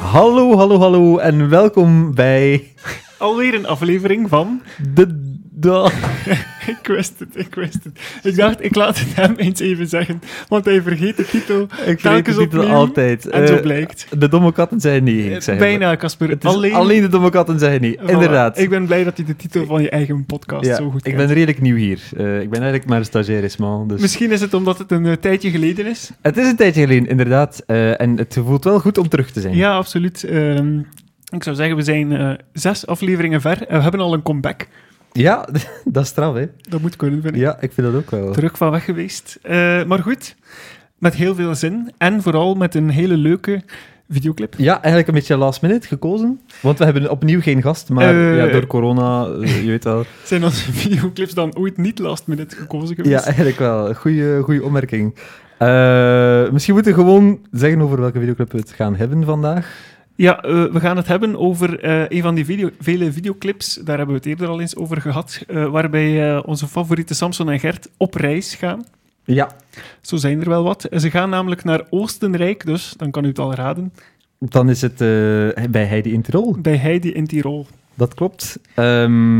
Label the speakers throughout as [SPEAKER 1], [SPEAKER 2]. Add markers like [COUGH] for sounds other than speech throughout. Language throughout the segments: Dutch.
[SPEAKER 1] Hallo, hallo, hallo en welkom bij
[SPEAKER 2] Alweer een aflevering van. [LAUGHS]
[SPEAKER 1] de... de...
[SPEAKER 2] Ik wist het, ik wist het. Ik dacht, ik laat het hem eens even zeggen, want hij vergeet de titel.
[SPEAKER 1] Ik vergeet
[SPEAKER 2] Telkens
[SPEAKER 1] het titel
[SPEAKER 2] opnieuw.
[SPEAKER 1] altijd.
[SPEAKER 2] En zo
[SPEAKER 1] Eh,
[SPEAKER 2] blijkt. Eh,
[SPEAKER 1] de domme katten zijn niet, ik zeg maar.
[SPEAKER 2] Bijna, Casper.
[SPEAKER 1] Het is alleen... de domme katten zijn niet,
[SPEAKER 2] Voilà.
[SPEAKER 1] inderdaad.
[SPEAKER 2] Ik ben blij dat je de titel van je eigen podcast
[SPEAKER 1] Ja,
[SPEAKER 2] zo goed
[SPEAKER 1] ik
[SPEAKER 2] kent.
[SPEAKER 1] ben redelijk nieuw hier. Eh, ik ben eigenlijk maar een stagiairis, man. Dus...
[SPEAKER 2] Misschien is het omdat het een eh, tijdje geleden is.
[SPEAKER 1] Het is een tijdje geleden, inderdaad. eh, en het voelt wel goed om terug te zijn.
[SPEAKER 2] Ja, absoluut. Ehm, ik zou zeggen, we zijn eh, zes afleveringen ver en we hebben al een comeback.
[SPEAKER 1] Ja, [LAUGHS] dat is straf, hè.
[SPEAKER 2] Dat moet kunnen, vind ik.
[SPEAKER 1] Ja, ik vind dat ook wel.
[SPEAKER 2] Terug van weg geweest. Eh, maar goed, met heel veel zin en vooral met een hele leuke videoclip.
[SPEAKER 1] Ja, eigenlijk een beetje last minute gekozen. Want we hebben opnieuw geen gast, maar
[SPEAKER 2] Eh.
[SPEAKER 1] ja, door corona, eh, je weet wel.
[SPEAKER 2] Zijn onze [LAUGHS] videoclips dan ooit niet last minute gekozen
[SPEAKER 1] Ja,
[SPEAKER 2] geweest?
[SPEAKER 1] eigenlijk wel. Goeie, goeie opmerking. Eh, misschien moeten we gewoon zeggen over welke videoclip we het gaan hebben vandaag.
[SPEAKER 2] Ja, eh, we gaan het hebben over eh, een van die video vele videoclips. Daar hebben we het eerder al eens over gehad. eh, waarbij eh, onze favoriete Samson en Gert op reis gaan.
[SPEAKER 1] Ja,
[SPEAKER 2] Zo zijn er wel wat. En ze gaan namelijk naar Oostenrijk, dus dan kan u het al raden.
[SPEAKER 1] dan is het eh, bij Heidi in Tirol.
[SPEAKER 2] Bij Heidi in Tirol.
[SPEAKER 1] Dat klopt. Ehm,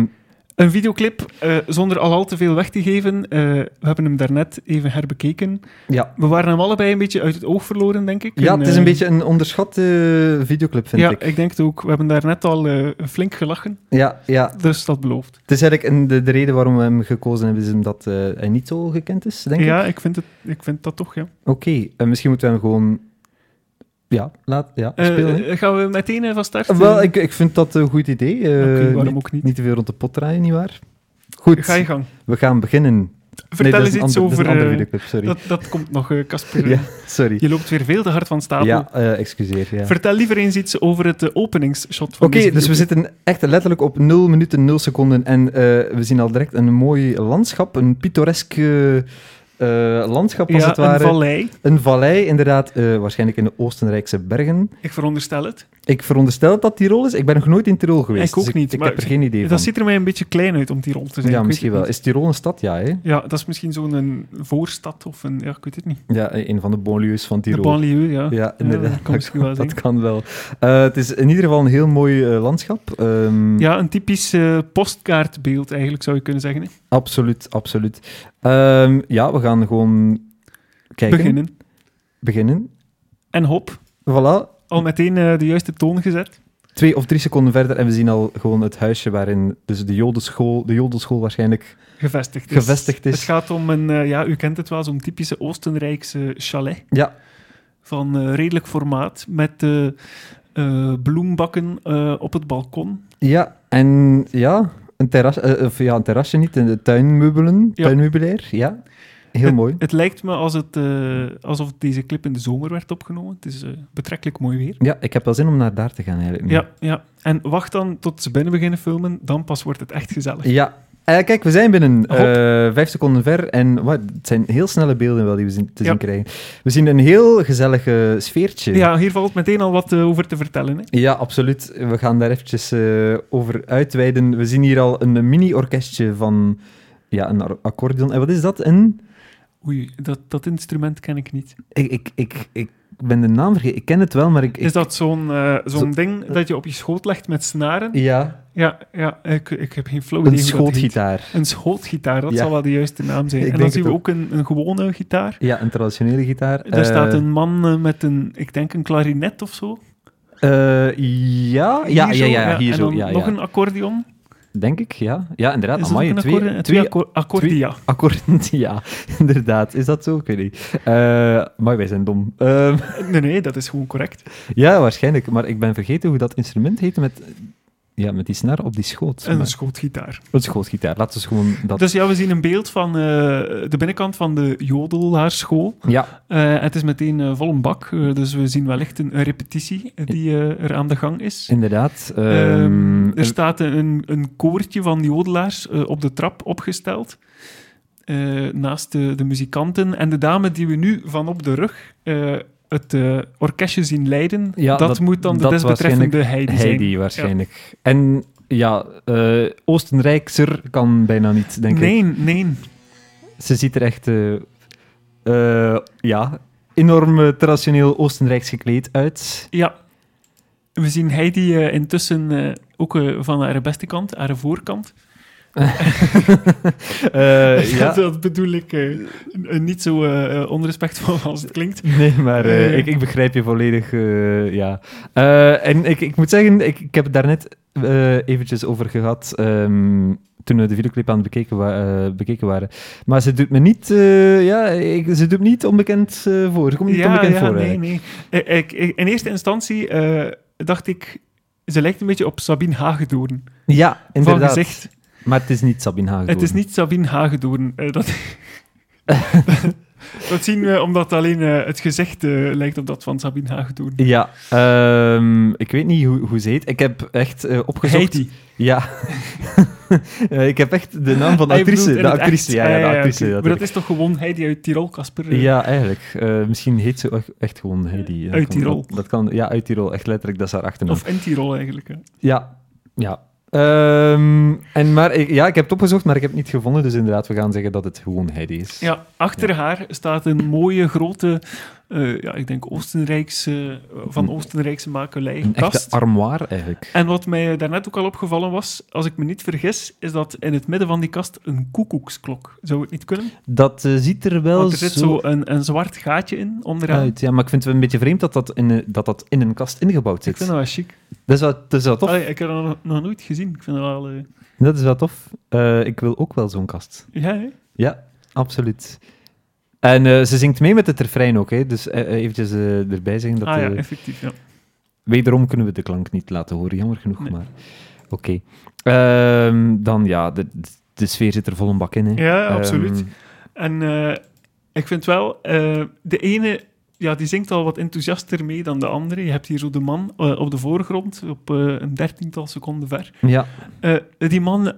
[SPEAKER 2] Een videoclip eh, zonder al, al te veel weg te geven. Eh, we hebben hem daarnet even herbekeken.
[SPEAKER 1] ja.
[SPEAKER 2] We waren hem allebei een beetje uit het oog verloren, denk ik.
[SPEAKER 1] ja,
[SPEAKER 2] En,
[SPEAKER 1] het is
[SPEAKER 2] eh,
[SPEAKER 1] een beetje een onderschatte videoclip, vind
[SPEAKER 2] ja,
[SPEAKER 1] ik.
[SPEAKER 2] denk het ook. We hebben daarnet al eh, flink gelachen,
[SPEAKER 1] Ja, ja.
[SPEAKER 2] dus dat belooft.
[SPEAKER 1] Het is eigenlijk een- de, de reden waarom we hem gekozen hebben, is omdat eh, hij niet zo gekend is, denk ik.
[SPEAKER 2] ja, ik. vind het, ik vind dat toch, ja.
[SPEAKER 1] Oké, en misschien moeten we hem gewoon... Ja, laat, ja
[SPEAKER 2] Eh,
[SPEAKER 1] spelen. hè.
[SPEAKER 2] eh, gaan we meteen eh, van start?
[SPEAKER 1] Wel, ik, ik vind dat een goed idee. eh,
[SPEAKER 2] Oké, waarom
[SPEAKER 1] niet,
[SPEAKER 2] ook niet?
[SPEAKER 1] niet te veel rond de pot draaien, nietwaar? Goed,
[SPEAKER 2] Ga je gang.
[SPEAKER 1] we gaan beginnen.
[SPEAKER 2] Vertel
[SPEAKER 1] nee, dat
[SPEAKER 2] eens
[SPEAKER 1] is een
[SPEAKER 2] iets
[SPEAKER 1] ander-
[SPEAKER 2] over...
[SPEAKER 1] Dat is een andere
[SPEAKER 2] eh,
[SPEAKER 1] videoclip, sorry.
[SPEAKER 2] dat, dat komt nog, eh,
[SPEAKER 1] [LAUGHS]
[SPEAKER 2] Casper.
[SPEAKER 1] Ja, sorry.
[SPEAKER 2] Je loopt weer veel te hard van stapel.
[SPEAKER 1] Ja, eh, excuseer. Ja.
[SPEAKER 2] Vertel liever eens iets over het eh, openingsshot van
[SPEAKER 1] Oké,
[SPEAKER 2] deze
[SPEAKER 1] dus we
[SPEAKER 2] videoclip.
[SPEAKER 1] zitten echt letterlijk op 0 minuten 0 seconden en eh, we zien al direct een mooi landschap, een pittoresk eh, eh, landschap als
[SPEAKER 2] ja,
[SPEAKER 1] het ware.
[SPEAKER 2] een vallei.
[SPEAKER 1] Een vallei, inderdaad, eh, waarschijnlijk in de Oostenrijkse bergen.
[SPEAKER 2] Ik veronderstel het.
[SPEAKER 1] Ik veronderstel dat dat Tirol is. Ik ben nog nooit in Tirol geweest.
[SPEAKER 2] ook
[SPEAKER 1] dus
[SPEAKER 2] niet,
[SPEAKER 1] Ik
[SPEAKER 2] maar
[SPEAKER 1] heb er geen idee van.
[SPEAKER 2] Dat ziet er mij een beetje klein uit om die rol te zijn.
[SPEAKER 1] ja,
[SPEAKER 2] ik weet
[SPEAKER 1] misschien
[SPEAKER 2] het
[SPEAKER 1] wel.
[SPEAKER 2] niet.
[SPEAKER 1] Is Tirol een stad? Ja, hè?
[SPEAKER 2] Ja, dat is misschien zo'n een voorstad of een... Ja, ik weet het niet.
[SPEAKER 1] Ja, een van de banlieues van Tirol.
[SPEAKER 2] De banlieue, ja.
[SPEAKER 1] Ja, inderdaad.
[SPEAKER 2] dat kan misschien wel
[SPEAKER 1] [LAUGHS] dat
[SPEAKER 2] zijn.
[SPEAKER 1] kan wel. Eh, het is in ieder geval een heel mooi eh, landschap. Ehm,
[SPEAKER 2] Ja, een typisch eh, postkaartbeeld eigenlijk, zou je kunnen zeggen. hè.
[SPEAKER 1] Absoluut, absoluut. Ehm, ja, we gaan gewoon kijken.
[SPEAKER 2] Beginnen.
[SPEAKER 1] Beginnen.
[SPEAKER 2] En hop.
[SPEAKER 1] Voilà.
[SPEAKER 2] al meteen eh, de juiste toon gezet.
[SPEAKER 1] Twee of drie seconden verder en we zien al gewoon het huisje waarin dus de jodenschool, de jodenschool waarschijnlijk...
[SPEAKER 2] Gevestigd is.
[SPEAKER 1] Gevestigd is.
[SPEAKER 2] Het gaat om een, eh, ja, u kent het wel, zo'n typische Oostenrijkse chalet.
[SPEAKER 1] Ja.
[SPEAKER 2] Van eh, redelijk formaat, met eh, eh, bloembakken eh, op het balkon.
[SPEAKER 1] Ja, en ja, een, terras, eh, of ja, een terrasje niet, de tuinmeubelen,
[SPEAKER 2] Ja.
[SPEAKER 1] tuinmeubilair, ja. Heel
[SPEAKER 2] Het-
[SPEAKER 1] mooi.
[SPEAKER 2] Het lijkt me als het, eh, alsof deze clip in de zomer werd opgenomen. Het is eh, betrekkelijk mooi weer.
[SPEAKER 1] Ja, ik heb wel zin om naar daar te gaan eigenlijk. nu.
[SPEAKER 2] Ja, ja. En wacht dan tot ze binnen beginnen filmen, dan pas wordt het echt gezellig.
[SPEAKER 1] Ja. Eh, kijk, we zijn binnen
[SPEAKER 2] Hop.
[SPEAKER 1] eh, vijf seconden ver en wat, het zijn heel snelle beelden wel die we zien, te
[SPEAKER 2] Ja.
[SPEAKER 1] zien krijgen. We zien een heel gezellig eh, sfeertje.
[SPEAKER 2] Ja, hier valt meteen al wat eh, over te vertellen. Hè.
[SPEAKER 1] Ja, absoluut. We gaan daar eventjes eh, over uitweiden. We zien hier al een mini-orkestje van ja, een ar- accordeon. En wat is dat? Een...
[SPEAKER 2] Oei, dat, dat instrument ken ik niet.
[SPEAKER 1] Ik, ik, ik, ik ben de naam vergeten. Ik ken het wel, maar ik... ik-
[SPEAKER 2] Is dat zo'n eh, zo'n
[SPEAKER 1] Zo-
[SPEAKER 2] ding dat je op je schoot legt met snaren?
[SPEAKER 1] Ja,
[SPEAKER 2] Ja, ja ik, ik heb geen flow
[SPEAKER 1] een
[SPEAKER 2] idee hoe Oh, dat heet.
[SPEAKER 1] schootgitaar.
[SPEAKER 2] Een schootgitaar, dat
[SPEAKER 1] Ja.
[SPEAKER 2] zal wel de juiste naam zijn.
[SPEAKER 1] Ik
[SPEAKER 2] en dan
[SPEAKER 1] denk
[SPEAKER 2] zien
[SPEAKER 1] het
[SPEAKER 2] we
[SPEAKER 1] ook.
[SPEAKER 2] ook een, een gewone gitaar.
[SPEAKER 1] Ja, een traditionele gitaar.
[SPEAKER 2] Daar
[SPEAKER 1] Eh,
[SPEAKER 2] staat een man eh, met een, ik denk een klarinet of zo.
[SPEAKER 1] eh, ja, ja,
[SPEAKER 2] Hier zo,
[SPEAKER 1] ja, ja, hier
[SPEAKER 2] en
[SPEAKER 1] zo.
[SPEAKER 2] dan
[SPEAKER 1] Ja,
[SPEAKER 2] nog
[SPEAKER 1] ja.
[SPEAKER 2] een accordeon.
[SPEAKER 1] Denk ik, ja. Ja, inderdaad.
[SPEAKER 2] Is dat
[SPEAKER 1] Amai,
[SPEAKER 2] ook een
[SPEAKER 1] twee,
[SPEAKER 2] accordeon?
[SPEAKER 1] twee
[SPEAKER 2] accor- accordia.
[SPEAKER 1] Akkoord, [LAUGHS] ja, inderdaad. Is dat zo? Ik weet niet. Eh, maar wij zijn dom. Ehm, [LAUGHS]
[SPEAKER 2] Nee, nee, dat is gewoon correct.
[SPEAKER 1] ja, waarschijnlijk. Maar ik ben vergeten hoe dat instrument heette met, ja, met die snaar op die schoot.
[SPEAKER 2] Een
[SPEAKER 1] Maar-
[SPEAKER 2] schootgitaar.
[SPEAKER 1] Een schootgitaar. Laten we gewoon dat...
[SPEAKER 2] Dus ja, we zien een beeld van eh, de binnenkant van de jodelaarschool.
[SPEAKER 1] Ja,
[SPEAKER 2] Eh, het is meteen eh, vol een bak, eh, dus we zien wellicht een, een repetitie eh, die eh, er aan de gang is.
[SPEAKER 1] inderdaad.
[SPEAKER 2] Ehm,
[SPEAKER 1] Ehm,
[SPEAKER 2] er staat een, een koortje van jodelaars eh, op de trap opgesteld. eh, naast de, de muzikanten. En de dame die we nu van op de rug eh, het eh, orkestje zien leiden,
[SPEAKER 1] Ja,
[SPEAKER 2] dat,
[SPEAKER 1] dat-
[SPEAKER 2] moet dan de
[SPEAKER 1] dat
[SPEAKER 2] desbetreffende Heidi, zijn.
[SPEAKER 1] Heidi waarschijnlijk. En ja, eh, Oostenrijkser kan bijna niet, denk ik.
[SPEAKER 2] nee, nee.
[SPEAKER 1] Ze ziet er echt, eh, eh, ja, enorm eh, traditioneel Oostenrijks gekleed uit. [LAUGHS]
[SPEAKER 2] Ja, We zien Heidi eh, intussen eh, ook eh, van haar beste kant, haar voorkant.
[SPEAKER 1] Eh, ja.
[SPEAKER 2] [LAUGHS] dat bedoel ik eh, eh, niet zo eh, eh, onrespectvol [LAUGHS] als het klinkt.
[SPEAKER 1] Nee, maar eh,
[SPEAKER 2] Eh.
[SPEAKER 1] ik, ik begrijp je volledig, eh, ja. Eh, en ik, ik moet zeggen, ik, ik heb het daarnet eh eventjes over gehad ehm, toen we de videoclip aan het bekeken, wa- eh, bekeken waren. Maar ze doet me niet, eh, ja, ik, ze doet me niet onbekend eh, voor. Ze komt niet onbekend voor.
[SPEAKER 2] nee,
[SPEAKER 1] eigenlijk.
[SPEAKER 2] nee. Eh, ik- ik- in eerste instantie eh, dacht ik, ze lijkt een beetje op Sabine Hagedoorn.
[SPEAKER 1] Ja, inderdaad.
[SPEAKER 2] Van gezicht.
[SPEAKER 1] Maar het is niet Sabine Hagen.
[SPEAKER 2] Het is niet Sabine Hagedoorn. Eh, dat,
[SPEAKER 1] [LAUGHS]
[SPEAKER 2] dat zien we omdat alleen eh, het gezicht eh, lijkt op dat van Sabine Hagedoorn.
[SPEAKER 1] Ja, ehm, ik weet niet hoe, hoe ze heet. Ik heb echt eh, opgezocht.
[SPEAKER 2] Heidi.
[SPEAKER 1] Ja. [LAUGHS] Eh, ik heb echt de naam van de
[SPEAKER 2] Hij Ah, bedoelt
[SPEAKER 1] actrice.
[SPEAKER 2] in
[SPEAKER 1] De
[SPEAKER 2] het
[SPEAKER 1] actrice,
[SPEAKER 2] echt.
[SPEAKER 1] ja, ja,
[SPEAKER 2] Ah,
[SPEAKER 1] de actrice.
[SPEAKER 2] oké.
[SPEAKER 1] dat
[SPEAKER 2] Maar
[SPEAKER 1] heb
[SPEAKER 2] dat is toch gewoon Heidi uit Tirol, Casper? eh?
[SPEAKER 1] Ja, eigenlijk. Eh, misschien heet ze ook echt gewoon Heidi. Dat
[SPEAKER 2] Uit
[SPEAKER 1] kan-
[SPEAKER 2] Tirol.
[SPEAKER 1] Dat, dat kan, ja, uit Tirol. Echt letterlijk, dat is haar achternaam.
[SPEAKER 2] Of in Tirol eigenlijk. hè.
[SPEAKER 1] Ja, ja. Ehm, en maar, ik, ja, ik heb het opgezocht, maar ik heb het niet gevonden. Dus inderdaad, we gaan zeggen dat het gewoon Heidi is.
[SPEAKER 2] Ja, achter haar staat een mooie grote, eh, ja, ik denk Oostenrijkse, eh, van Oostenrijkse makelij
[SPEAKER 1] Hm. Een echte
[SPEAKER 2] kast.
[SPEAKER 1] armoire, eigenlijk.
[SPEAKER 2] En wat mij daarnet ook al opgevallen was, als ik me niet vergis, is dat in het midden van die kast een koekoeksklok. Zou het niet kunnen?
[SPEAKER 1] Dat eh, ziet er wel
[SPEAKER 2] Want er zit
[SPEAKER 1] zo,
[SPEAKER 2] zo een, een zwart gaatje in onderaan.
[SPEAKER 1] uit. Ja, maar ik vind het wel een beetje vreemd dat dat in, een- dat dat in een kast ingebouwd
[SPEAKER 2] Ik
[SPEAKER 1] zit.
[SPEAKER 2] vind dat wel chic.
[SPEAKER 1] Dat is wel, dat is wel tof.
[SPEAKER 2] Allee, ik heb dat nog, nog nooit gezien. Ik vind dat wel... eh,
[SPEAKER 1] Dat is wel tof. Eh, ik wil ook wel zo'n kast.
[SPEAKER 2] ja, hè?
[SPEAKER 1] Ja, absoluut. En eh, ze zingt mee met het refrein ook, hè? dus eh, eh, eventjes eh, erbij zeggen dat...
[SPEAKER 2] ah ja,
[SPEAKER 1] eh,
[SPEAKER 2] effectief, ja.
[SPEAKER 1] wederom kunnen we de klank niet laten horen, jammer genoeg,
[SPEAKER 2] Nee.
[SPEAKER 1] maar oké. Ehm, dan ja, de, de, de sfeer zit er vol een bak in. Hè.
[SPEAKER 2] Ja, absoluut.
[SPEAKER 1] Ehm,
[SPEAKER 2] En eh, ik vind wel, eh, de ene ja, die zingt al wat enthousiaster mee dan de andere. Je hebt hier zo de man eh, op de voorgrond, op eh, een dertiental seconden ver.
[SPEAKER 1] ja,
[SPEAKER 2] Eh, die man,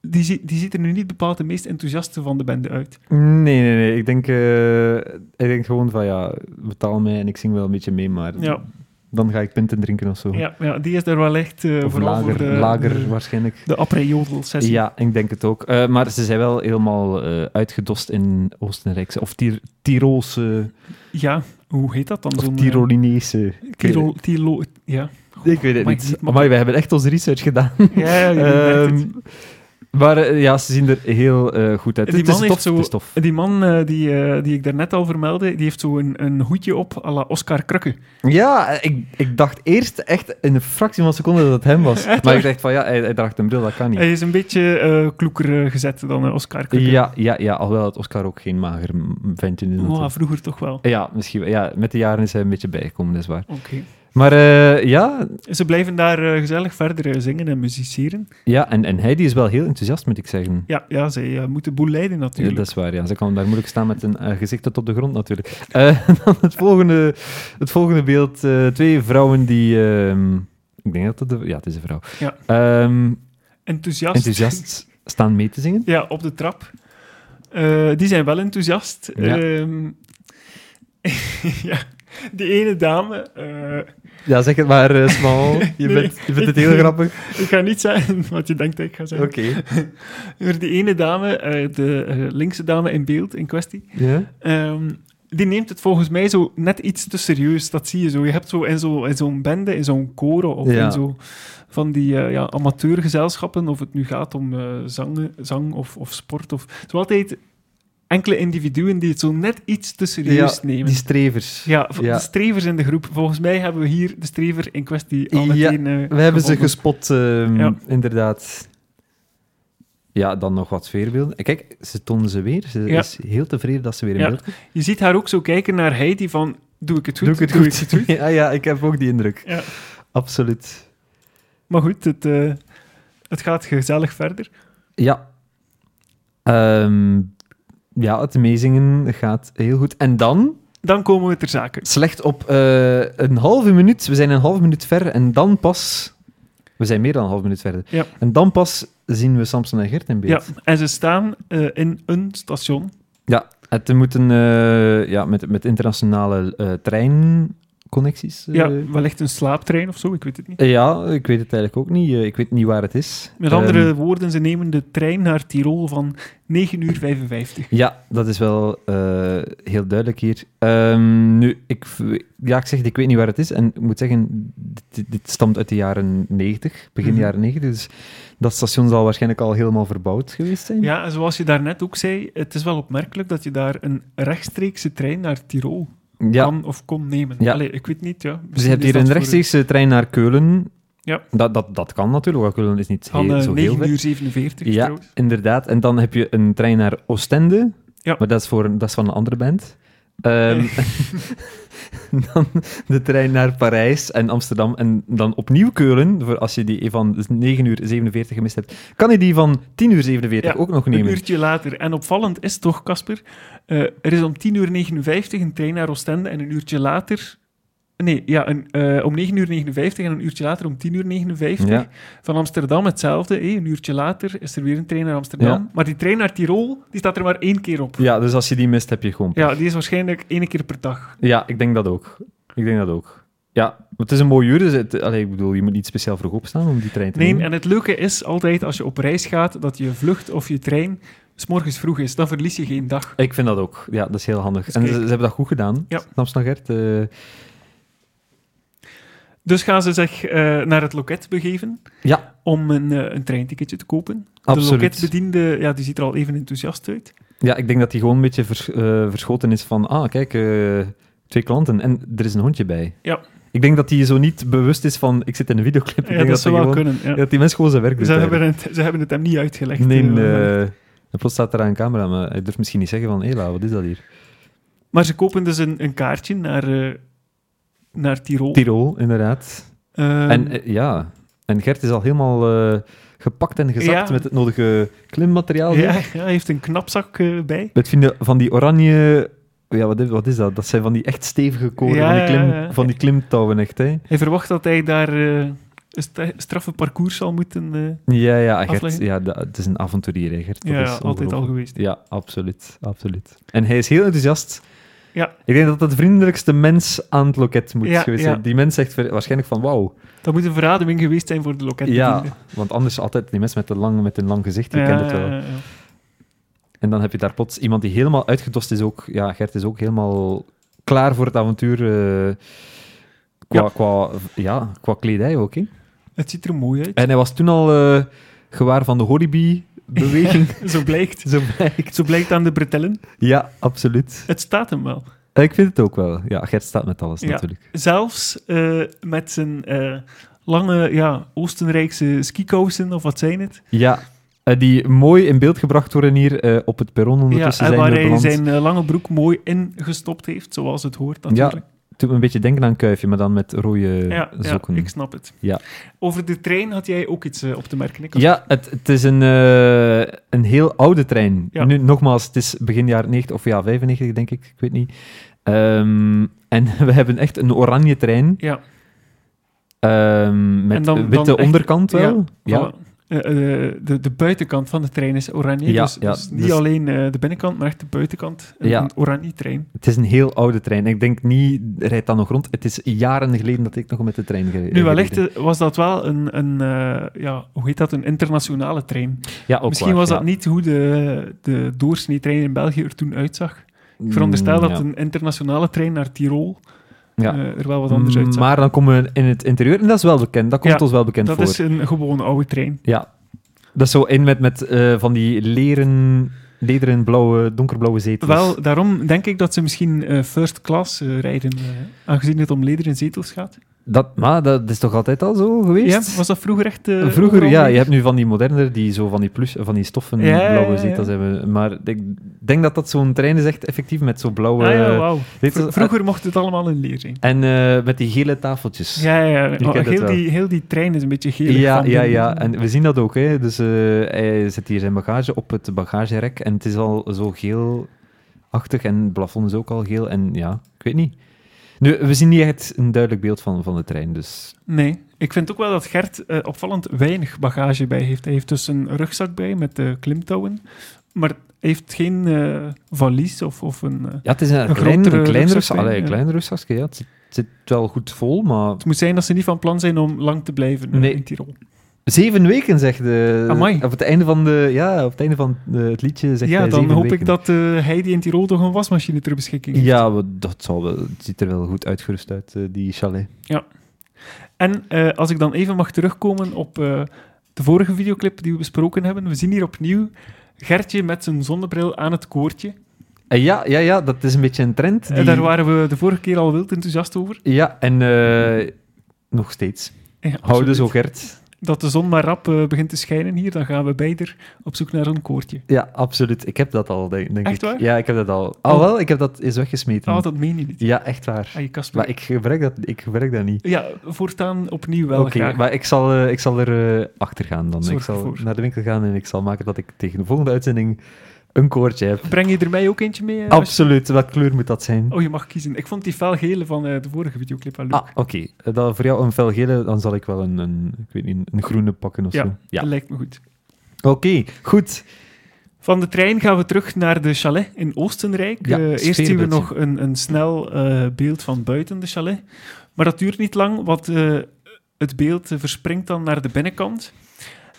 [SPEAKER 2] die, zie- die ziet er nu niet bepaald de meest enthousiaste van de bende uit.
[SPEAKER 1] nee, nee, nee. Ik denk, eh, ik denk gewoon van ja, betaal mij en ik zing wel een beetje mee, maar
[SPEAKER 2] Ja,
[SPEAKER 1] dan ga ik punten drinken of zo.
[SPEAKER 2] ja, ja die is daar wel echt eh,
[SPEAKER 1] Of
[SPEAKER 2] vooral
[SPEAKER 1] lager,
[SPEAKER 2] voor eh,
[SPEAKER 1] lager
[SPEAKER 2] de,
[SPEAKER 1] waarschijnlijk.
[SPEAKER 2] de après-jodel-sessie.
[SPEAKER 1] Ja, ik denk het ook. Eh, maar ze zijn wel helemaal eh, uitgedost in Oostenrijkse of Tir Tirolse
[SPEAKER 2] Ja, hoe heet dat dan?
[SPEAKER 1] of
[SPEAKER 2] zo'n, eh,
[SPEAKER 1] Tirolinese.
[SPEAKER 2] Tirol, Tiro-
[SPEAKER 1] [LAUGHS]
[SPEAKER 2] ja.
[SPEAKER 1] Ik weet het
[SPEAKER 2] Amai,
[SPEAKER 1] niet.
[SPEAKER 2] niet makkelijk.
[SPEAKER 1] Maar we hebben echt onze research gedaan.
[SPEAKER 2] Ja, ja, je merkt het.
[SPEAKER 1] Ehm, maar eh, ja, ze zien er heel eh, goed uit.
[SPEAKER 2] Die
[SPEAKER 1] het, is
[SPEAKER 2] man
[SPEAKER 1] tof,
[SPEAKER 2] heeft zo-
[SPEAKER 1] het is tof.
[SPEAKER 2] Die man eh, die, eh, die ik daarnet al vermeldde, die heeft zo een, een hoedje op à la Oscar Krukke.
[SPEAKER 1] Ja, ik, ik dacht eerst echt in een fractie van een seconde dat het hem
[SPEAKER 2] [LAUGHS]
[SPEAKER 1] was. maar ik dacht van ja, hij, hij draagt een bril, dat kan niet.
[SPEAKER 2] Hij is een beetje eh kloeker eh, gezet dan eh, Oscar Krukke.
[SPEAKER 1] Ja, ja, ja, alhoewel het Oscar ook geen mager m- ventje is.
[SPEAKER 2] Oh,
[SPEAKER 1] natuurlijk.
[SPEAKER 2] vroeger toch wel.
[SPEAKER 1] Ja, misschien. wel. Ja, met de jaren is hij een beetje bijgekomen, dat is waar.
[SPEAKER 2] Oké.
[SPEAKER 1] Maar eh, ja,
[SPEAKER 2] Ze blijven daar eh, gezellig verder eh, zingen en musiceren.
[SPEAKER 1] ja en, en Heidi is wel heel enthousiast, moet ik zeggen.
[SPEAKER 2] Ja, ja ze moet de boel leiden
[SPEAKER 1] Ja,
[SPEAKER 2] natuurlijk.
[SPEAKER 1] dat is waar, ja. Ze kan daar moeilijk staan met een eh, gezicht tot op de grond natuurlijk. Eh, [LAUGHS] dan het volgende, het volgende beeld. eh, twee vrouwen die... ehm, ik denk dat het... De, ja, het is een vrouw.
[SPEAKER 2] Ja.
[SPEAKER 1] Ehm,
[SPEAKER 2] Enthousiast.
[SPEAKER 1] enthousiast staan mee te zingen.
[SPEAKER 2] [LAUGHS] Ja, op de trap. Eh, die zijn wel enthousiast.
[SPEAKER 1] Ja.
[SPEAKER 2] Ehm, [LAUGHS] ja. Die ene dame, eh,
[SPEAKER 1] Ja, zeg het maar, eh,
[SPEAKER 2] [LAUGHS]
[SPEAKER 1] Smal. Je,
[SPEAKER 2] Nee.
[SPEAKER 1] bent, je vindt het heel grappig.
[SPEAKER 2] ik ga niet zeggen [LAUGHS] wat je denkt dat ik ga
[SPEAKER 1] Oké.
[SPEAKER 2] zeggen. Maar die ene dame, eh, de eh, linkse dame in beeld in kwestie,
[SPEAKER 1] Ja?
[SPEAKER 2] Ehm, die neemt het volgens mij zo net iets te serieus. Dat zie je zo. Je hebt zo in zo- in zo'n bende, in zo'n koren of
[SPEAKER 1] Ja.
[SPEAKER 2] in zo van die eh, ja, amateurgezelschappen, of het nu gaat om eh, zangen, zang of, of sport. Of, zo altijd enkele individuen die het zo net iets te serieus
[SPEAKER 1] Ja,
[SPEAKER 2] nemen.
[SPEAKER 1] die strevers.
[SPEAKER 2] ja, v-
[SPEAKER 1] ja.
[SPEAKER 2] de strevers in de groep. Volgens mij hebben we hier de strever in kwestie al
[SPEAKER 1] Ja,
[SPEAKER 2] meteen eh,
[SPEAKER 1] We hebben ze
[SPEAKER 2] gevonden.
[SPEAKER 1] gespot, ehm,
[SPEAKER 2] Ja.
[SPEAKER 1] inderdaad. Ja, dan nog wat sfeerbeelden. Eh, Kijk, ze tonen ze weer. Ze
[SPEAKER 2] Ja.
[SPEAKER 1] is heel tevreden dat ze weer in
[SPEAKER 2] Ja.
[SPEAKER 1] beeld is.
[SPEAKER 2] Je ziet haar ook zo kijken naar Heidi van... Doe ik het goed?
[SPEAKER 1] Doe ik het
[SPEAKER 2] Ik
[SPEAKER 1] goed? [LAUGHS] ja, ja, ik heb ook die indruk.
[SPEAKER 2] Ja.
[SPEAKER 1] Absoluut.
[SPEAKER 2] Maar goed, het, eh, het gaat gezellig verder.
[SPEAKER 1] Ja. Ehm, ja, het meezingen gaat heel goed. En dan,
[SPEAKER 2] Dan komen we ter zake.
[SPEAKER 1] slecht op eh, een halve minuut, we zijn een halve minuut ver en dan pas... We zijn meer dan een halve minuut verder.
[SPEAKER 2] Ja.
[SPEAKER 1] En dan pas zien we Samson en Gert in beeld.
[SPEAKER 2] Ja, en ze staan eh, in een station.
[SPEAKER 1] Ja, het moet een, eh, ja, met, met internationale eh, trein connecties. eh.
[SPEAKER 2] Ja, wellicht een slaaptrein of zo, ik weet het niet.
[SPEAKER 1] Eh, ja, ik weet het eigenlijk ook niet. eh, ik weet niet waar het is.
[SPEAKER 2] Met
[SPEAKER 1] Ehm,
[SPEAKER 2] andere woorden, ze nemen de trein naar Tirol van 9 uur 55.
[SPEAKER 1] Ja, dat is wel eh, heel duidelijk hier. Ehm, nu, ik, v- ja, ik zeg, het, ik weet niet waar het is. En ik moet zeggen, dit, dit stamt uit de jaren 90, begin
[SPEAKER 2] Mhm.
[SPEAKER 1] jaren 90. Dus dat station zal waarschijnlijk al helemaal verbouwd geweest zijn.
[SPEAKER 2] Ja, en zoals je daarnet ook zei, het is wel opmerkelijk dat je daar een rechtstreekse trein naar Tirol
[SPEAKER 1] Ja,
[SPEAKER 2] kan of kon nemen.
[SPEAKER 1] Ja.
[SPEAKER 2] Allee, ik weet niet, ja.
[SPEAKER 1] dus je
[SPEAKER 2] Misschien
[SPEAKER 1] hebt
[SPEAKER 2] is
[SPEAKER 1] hier
[SPEAKER 2] dat
[SPEAKER 1] een
[SPEAKER 2] voor-
[SPEAKER 1] rechtstreekse trein naar Keulen.
[SPEAKER 2] Ja.
[SPEAKER 1] Dat, dat, dat kan natuurlijk, want Keulen is niet
[SPEAKER 2] Van
[SPEAKER 1] heel,
[SPEAKER 2] eh,
[SPEAKER 1] zo heel
[SPEAKER 2] 9
[SPEAKER 1] ver.
[SPEAKER 2] uur 47
[SPEAKER 1] Ja,
[SPEAKER 2] trouwens.
[SPEAKER 1] Inderdaad. En dan heb je een trein naar Oostende.
[SPEAKER 2] Ja.
[SPEAKER 1] Maar dat is, voor, dat is van een andere band. Ehm, [LAUGHS] dan de trein naar Parijs en Amsterdam. En dan opnieuw Keulen. Voor als je die van 9 uur 47 gemist hebt, kan je die van 10 uur 47
[SPEAKER 2] Ja,
[SPEAKER 1] ook nog
[SPEAKER 2] Een
[SPEAKER 1] nemen.
[SPEAKER 2] uurtje later. En opvallend is toch, Casper, eh, er is om 10 uur 59 een trein naar Oostende en een uurtje later... Nee, ja, een, eh, om 9 uur 59 en een uurtje later om 10 uur 59.
[SPEAKER 1] Ja.
[SPEAKER 2] Van Amsterdam hetzelfde. hé, een uurtje later is er weer een trein naar Amsterdam.
[SPEAKER 1] Ja.
[SPEAKER 2] Maar die trein naar Tirol, die staat er maar één keer op.
[SPEAKER 1] Ja, dus als je die mist, heb je gewoon. pech.
[SPEAKER 2] Ja, die is waarschijnlijk één keer per dag.
[SPEAKER 1] Ja, ik denk dat ook. Ik denk dat ook. Ja, maar het is een mooi uur. Dus het, allee, ik bedoel, je moet niet speciaal vroeg opstaan om die trein te
[SPEAKER 2] Nee,
[SPEAKER 1] nemen.
[SPEAKER 2] en het leuke is altijd als je op reis gaat, dat je vlucht of je trein 's morgens vroeg is. Dan verlies je geen dag.
[SPEAKER 1] Ik vind dat ook. Ja, dat is heel handig.
[SPEAKER 2] Dus
[SPEAKER 1] en ze,
[SPEAKER 2] kijk.
[SPEAKER 1] ze hebben dat goed gedaan.
[SPEAKER 2] Ja.
[SPEAKER 1] Snap je nog, Gert? Eh,
[SPEAKER 2] Dus gaan ze zich eh, naar het loket begeven
[SPEAKER 1] ja,
[SPEAKER 2] om een, eh, een treinticketje te kopen. De
[SPEAKER 1] absoluut.
[SPEAKER 2] loketbediende, ja, die ziet er al even enthousiast uit.
[SPEAKER 1] Ja, ik denk dat hij gewoon een beetje vers- eh, verschoten is van, ah, kijk, eh, twee klanten en er is een hondje bij.
[SPEAKER 2] Ja.
[SPEAKER 1] Ik denk dat hij zo niet bewust is van, ik zit in een videoclip. ik
[SPEAKER 2] Ja,
[SPEAKER 1] denk
[SPEAKER 2] dat
[SPEAKER 1] dat, hij
[SPEAKER 2] zou wel
[SPEAKER 1] gewoon-
[SPEAKER 2] kunnen. Ja.
[SPEAKER 1] dat die mens gewoon zijn werk doet.
[SPEAKER 2] Ze, hebben
[SPEAKER 1] eigenlijk.
[SPEAKER 2] het, ze hebben het hem niet uitgelegd.
[SPEAKER 1] nee,
[SPEAKER 2] eh,
[SPEAKER 1] nee. En plots staat er aan camera, maar hij durft misschien niet zeggen van, hela, wat is dat hier?
[SPEAKER 2] Maar ze kopen dus een, een kaartje naar, eh, naar Tirol.
[SPEAKER 1] Tirol, inderdaad.
[SPEAKER 2] Ehm,
[SPEAKER 1] en eh, ja, en Gert is al helemaal eh, gepakt en gezakt
[SPEAKER 2] Ja.
[SPEAKER 1] met het nodige klimmateriaal.
[SPEAKER 2] ja,
[SPEAKER 1] hier.
[SPEAKER 2] ja, hij heeft een knapzak eh, bij.
[SPEAKER 1] Het vinden van die oranje... Ja, wat is, wat is dat? Dat zijn van die echt stevige koren,
[SPEAKER 2] Ja,
[SPEAKER 1] van, die klim,
[SPEAKER 2] ja, ja.
[SPEAKER 1] van die klimtouwen echt, hè?
[SPEAKER 2] Hij verwacht dat hij daar eh, een sta- straffe parcours zal moeten. eh,
[SPEAKER 1] Ja, ja, Gert,
[SPEAKER 2] afleggen?
[SPEAKER 1] ja da- het is een avonturier, hè, Gert. Dat
[SPEAKER 2] ja,
[SPEAKER 1] is
[SPEAKER 2] ja, altijd al
[SPEAKER 1] ongelooflijk.
[SPEAKER 2] geweest.
[SPEAKER 1] Ja, absoluut, absoluut. En hij is heel enthousiast.
[SPEAKER 2] Ja.
[SPEAKER 1] Ik denk dat dat de vriendelijkste mens aan het loket moet
[SPEAKER 2] Ja,
[SPEAKER 1] geweest
[SPEAKER 2] ja.
[SPEAKER 1] zijn. Die mens zegt ver- waarschijnlijk van, wauw.
[SPEAKER 2] Dat moet een verademing geweest zijn voor de
[SPEAKER 1] Ja,
[SPEAKER 2] loketbediende.
[SPEAKER 1] want anders altijd die mensen met een lang, met een lang gezicht, je
[SPEAKER 2] Ja,
[SPEAKER 1] kent het wel.
[SPEAKER 2] ja, ja.
[SPEAKER 1] En dan heb je daar plots iemand die helemaal uitgedost is ook. Ja, Gert is ook helemaal klaar voor het avontuur. eh, qua,
[SPEAKER 2] Ja.
[SPEAKER 1] Qua, ja, qua kledij ook, hè.
[SPEAKER 2] Het ziet er mooi uit.
[SPEAKER 1] En hij was toen al eh, gewaar van de
[SPEAKER 2] [LAUGHS]
[SPEAKER 1] Horibi-beweging.
[SPEAKER 2] Zo blijkt.
[SPEAKER 1] Zo blijkt.
[SPEAKER 2] Zo blijkt aan de Bretellen.
[SPEAKER 1] Ja, absoluut.
[SPEAKER 2] Het staat hem wel.
[SPEAKER 1] Eh, Ik vind het ook wel. Ja, Gert staat met alles
[SPEAKER 2] Ja.
[SPEAKER 1] natuurlijk.
[SPEAKER 2] Zelfs eh, met zijn eh, lange ja, Oostenrijkse skikousen, of wat zijn het?
[SPEAKER 1] Ja, eh, die mooi in beeld gebracht worden hier eh, op het perron
[SPEAKER 2] Ja,
[SPEAKER 1] ondertussen
[SPEAKER 2] en
[SPEAKER 1] zijn
[SPEAKER 2] waar
[SPEAKER 1] we
[SPEAKER 2] hij
[SPEAKER 1] beland.
[SPEAKER 2] zijn eh, lange broek mooi ingestopt heeft, zoals het hoort natuurlijk.
[SPEAKER 1] Doet me een beetje denken aan Kuifje, maar dan met rode
[SPEAKER 2] Ja, ja,
[SPEAKER 1] eh, zoeken.
[SPEAKER 2] ik snap het.
[SPEAKER 1] Ja.
[SPEAKER 2] Over de trein had jij ook iets eh, op te merken. Ik had-
[SPEAKER 1] Ja, het, het is een, eh, een heel oude trein.
[SPEAKER 2] Ja.
[SPEAKER 1] Nu, nogmaals, het is begin jaren 90 of ja, 95 denk ik, ik weet niet. Ehm, en [LAUGHS] we hebben echt een oranje trein
[SPEAKER 2] ja.
[SPEAKER 1] ehm,
[SPEAKER 2] En
[SPEAKER 1] met
[SPEAKER 2] dan- dan
[SPEAKER 1] witte
[SPEAKER 2] echt-
[SPEAKER 1] onderkant wel. ja.
[SPEAKER 2] Voilà. Eh, eh, de, de buitenkant van de trein is oranje.
[SPEAKER 1] Ja,
[SPEAKER 2] dus,
[SPEAKER 1] ja,
[SPEAKER 2] dus niet
[SPEAKER 1] dus-
[SPEAKER 2] alleen eh, de binnenkant, maar echt de buitenkant. Een,
[SPEAKER 1] Ja.
[SPEAKER 2] een oranje trein.
[SPEAKER 1] Het is een heel oude trein. Ik denk niet, rijdt dat nog rond? Het is jaren geleden dat ik nog met de trein ge- gereden
[SPEAKER 2] Nu, wellicht eh, was dat wel een, een eh, ja, hoe heet dat, een internationale trein.
[SPEAKER 1] Ja, ook
[SPEAKER 2] eh, Misschien
[SPEAKER 1] waar,
[SPEAKER 2] was
[SPEAKER 1] ja.
[SPEAKER 2] dat niet hoe de, de doorsnee trein in België er toen uitzag. Ik veronderstel
[SPEAKER 1] Mm,
[SPEAKER 2] dat
[SPEAKER 1] ja.
[SPEAKER 2] een internationale trein naar Tirol
[SPEAKER 1] Ja.
[SPEAKER 2] eh, er wel wat anders uitzag.
[SPEAKER 1] mm, Maar dan komen we in het interieur en dat is wel bekend. Dat komt
[SPEAKER 2] Ja,
[SPEAKER 1] ons wel bekend
[SPEAKER 2] dat
[SPEAKER 1] voor.
[SPEAKER 2] is een gewone oude trein.
[SPEAKER 1] Ja. Dat is zo in met, met eh, van die leren, lederen blauwe, donkerblauwe zetels.
[SPEAKER 2] Wel, daarom denk ik dat ze misschien eh, first class eh, rijden, eh, aangezien het om lederen zetels gaat.
[SPEAKER 1] Dat, maar dat is toch altijd al zo
[SPEAKER 2] Ja,
[SPEAKER 1] geweest?
[SPEAKER 2] was dat vroeger echt... eh,
[SPEAKER 1] Vroeger,
[SPEAKER 2] overal
[SPEAKER 1] ja.
[SPEAKER 2] mee?
[SPEAKER 1] Je hebt nu van die modernere die zo van die, plus, van die stoffen
[SPEAKER 2] Ja, ja,
[SPEAKER 1] blauwe
[SPEAKER 2] ja,
[SPEAKER 1] zetels
[SPEAKER 2] ja.
[SPEAKER 1] hebben. Maar ik denk dat dat zo'n trein is echt effectief met zo'n blauwe...
[SPEAKER 2] Ah, ja, wauw.
[SPEAKER 1] eh, dit
[SPEAKER 2] Vro-
[SPEAKER 1] is-
[SPEAKER 2] vroeger mocht het allemaal in leer zijn.
[SPEAKER 1] En eh, met die gele tafeltjes.
[SPEAKER 2] Ja, ja, ja.
[SPEAKER 1] kent
[SPEAKER 2] Oh,
[SPEAKER 1] het
[SPEAKER 2] heel,
[SPEAKER 1] wel.
[SPEAKER 2] die, heel die trein is een beetje geel.
[SPEAKER 1] Ja, ja, ja, en we zien dat ook. Hè. Dus eh, hij zet hier zijn bagage op het bagagerek en het is al zo geelachtig en het plafond is ook al geel. En ja, ik weet niet. Nu, we zien niet echt een duidelijk beeld van, van de trein, dus...
[SPEAKER 2] Nee, ik vind ook wel dat Gert eh, opvallend weinig bagage bij heeft. Hij heeft dus een rugzak bij met eh, klimtouwen, maar heeft geen eh, valies of, of een... eh,
[SPEAKER 1] Ja, het is een,
[SPEAKER 2] Een
[SPEAKER 1] klein,
[SPEAKER 2] grotere
[SPEAKER 1] een klein
[SPEAKER 2] rugzak
[SPEAKER 1] rugzak-
[SPEAKER 2] mee,
[SPEAKER 1] allee, een
[SPEAKER 2] ja.
[SPEAKER 1] klein rugzakje. Ja. Het, zit, het zit wel goed vol, maar...
[SPEAKER 2] het moet zijn dat ze niet van plan zijn om lang te blijven eh,
[SPEAKER 1] Nee.
[SPEAKER 2] in Tirol.
[SPEAKER 1] Zeven weken, zegt de...
[SPEAKER 2] Amai.
[SPEAKER 1] Op het einde van, de, ja, op het, einde van eh, het liedje zegt
[SPEAKER 2] ja,
[SPEAKER 1] hij
[SPEAKER 2] dan
[SPEAKER 1] zeven
[SPEAKER 2] hoop ik
[SPEAKER 1] weken.
[SPEAKER 2] dat eh Heidi in Tirol toch een wasmachine ter beschikking heeft.
[SPEAKER 1] Ja, we- dat zal wel, het ziet er wel goed uitgerust uit, eh, die chalet.
[SPEAKER 2] En eh, als ik dan even mag terugkomen op eh, de vorige videoclip die we besproken hebben. We zien hier opnieuw Gertje met zijn zonnebril aan het koortje.
[SPEAKER 1] Eh, ja, ja, ja, dat is een beetje een trend.
[SPEAKER 2] Eh,
[SPEAKER 1] die-
[SPEAKER 2] Daar waren we de vorige keer al wild enthousiast over.
[SPEAKER 1] Ja, en eh, nog steeds.
[SPEAKER 2] Ja,
[SPEAKER 1] Houden
[SPEAKER 2] absoluut.
[SPEAKER 1] zo, Gert.
[SPEAKER 2] Dat de zon maar rap eh, begint te schijnen hier, dan gaan we beider op zoek naar een koortje.
[SPEAKER 1] Ja, absoluut. Ik heb dat al, denk, denk
[SPEAKER 2] Echt
[SPEAKER 1] ik.
[SPEAKER 2] waar?
[SPEAKER 1] Ja, ik heb dat al. Al wel, ik heb dat eens weggesmeten.
[SPEAKER 2] Ah, dat meen je niet.
[SPEAKER 1] Ja, echt waar.
[SPEAKER 2] Ah, je Kasper.
[SPEAKER 1] Hm. Maar ik gebruik dat, ik gebruik dat niet.
[SPEAKER 2] Ja, voortaan opnieuw wel
[SPEAKER 1] Oké,
[SPEAKER 2] graag.
[SPEAKER 1] maar ik zal, eh, ik zal er eh, achter gaan dan.
[SPEAKER 2] Zorg
[SPEAKER 1] ik zal
[SPEAKER 2] ervoor.
[SPEAKER 1] naar de winkel gaan en ik zal maken dat ik tegen de volgende uitzending een koordje heb.
[SPEAKER 2] Breng je er mij ook eentje mee? eh, als je-
[SPEAKER 1] Absoluut. Welke kleur moet dat zijn?
[SPEAKER 2] Oh, je mag kiezen. Ik vond die felgele van eh, de vorige videoclip wel leuk.
[SPEAKER 1] Ah, oké. Eh, Dan voor jou een felgele, dan zal ik wel een, een, ik weet niet, een groene pakken of
[SPEAKER 2] Ja,
[SPEAKER 1] zo. Ja.
[SPEAKER 2] Dat lijkt me goed.
[SPEAKER 1] Oké, goed.
[SPEAKER 2] Van de trein gaan we terug naar de chalet in Oostenrijk.
[SPEAKER 1] Ja,
[SPEAKER 2] Eh, eerst zien we
[SPEAKER 1] sfeerbeeldje.
[SPEAKER 2] nog een, een snel eh, beeld van buiten de chalet. Maar dat duurt niet lang, want eh, het beeld eh, verspringt dan naar de binnenkant.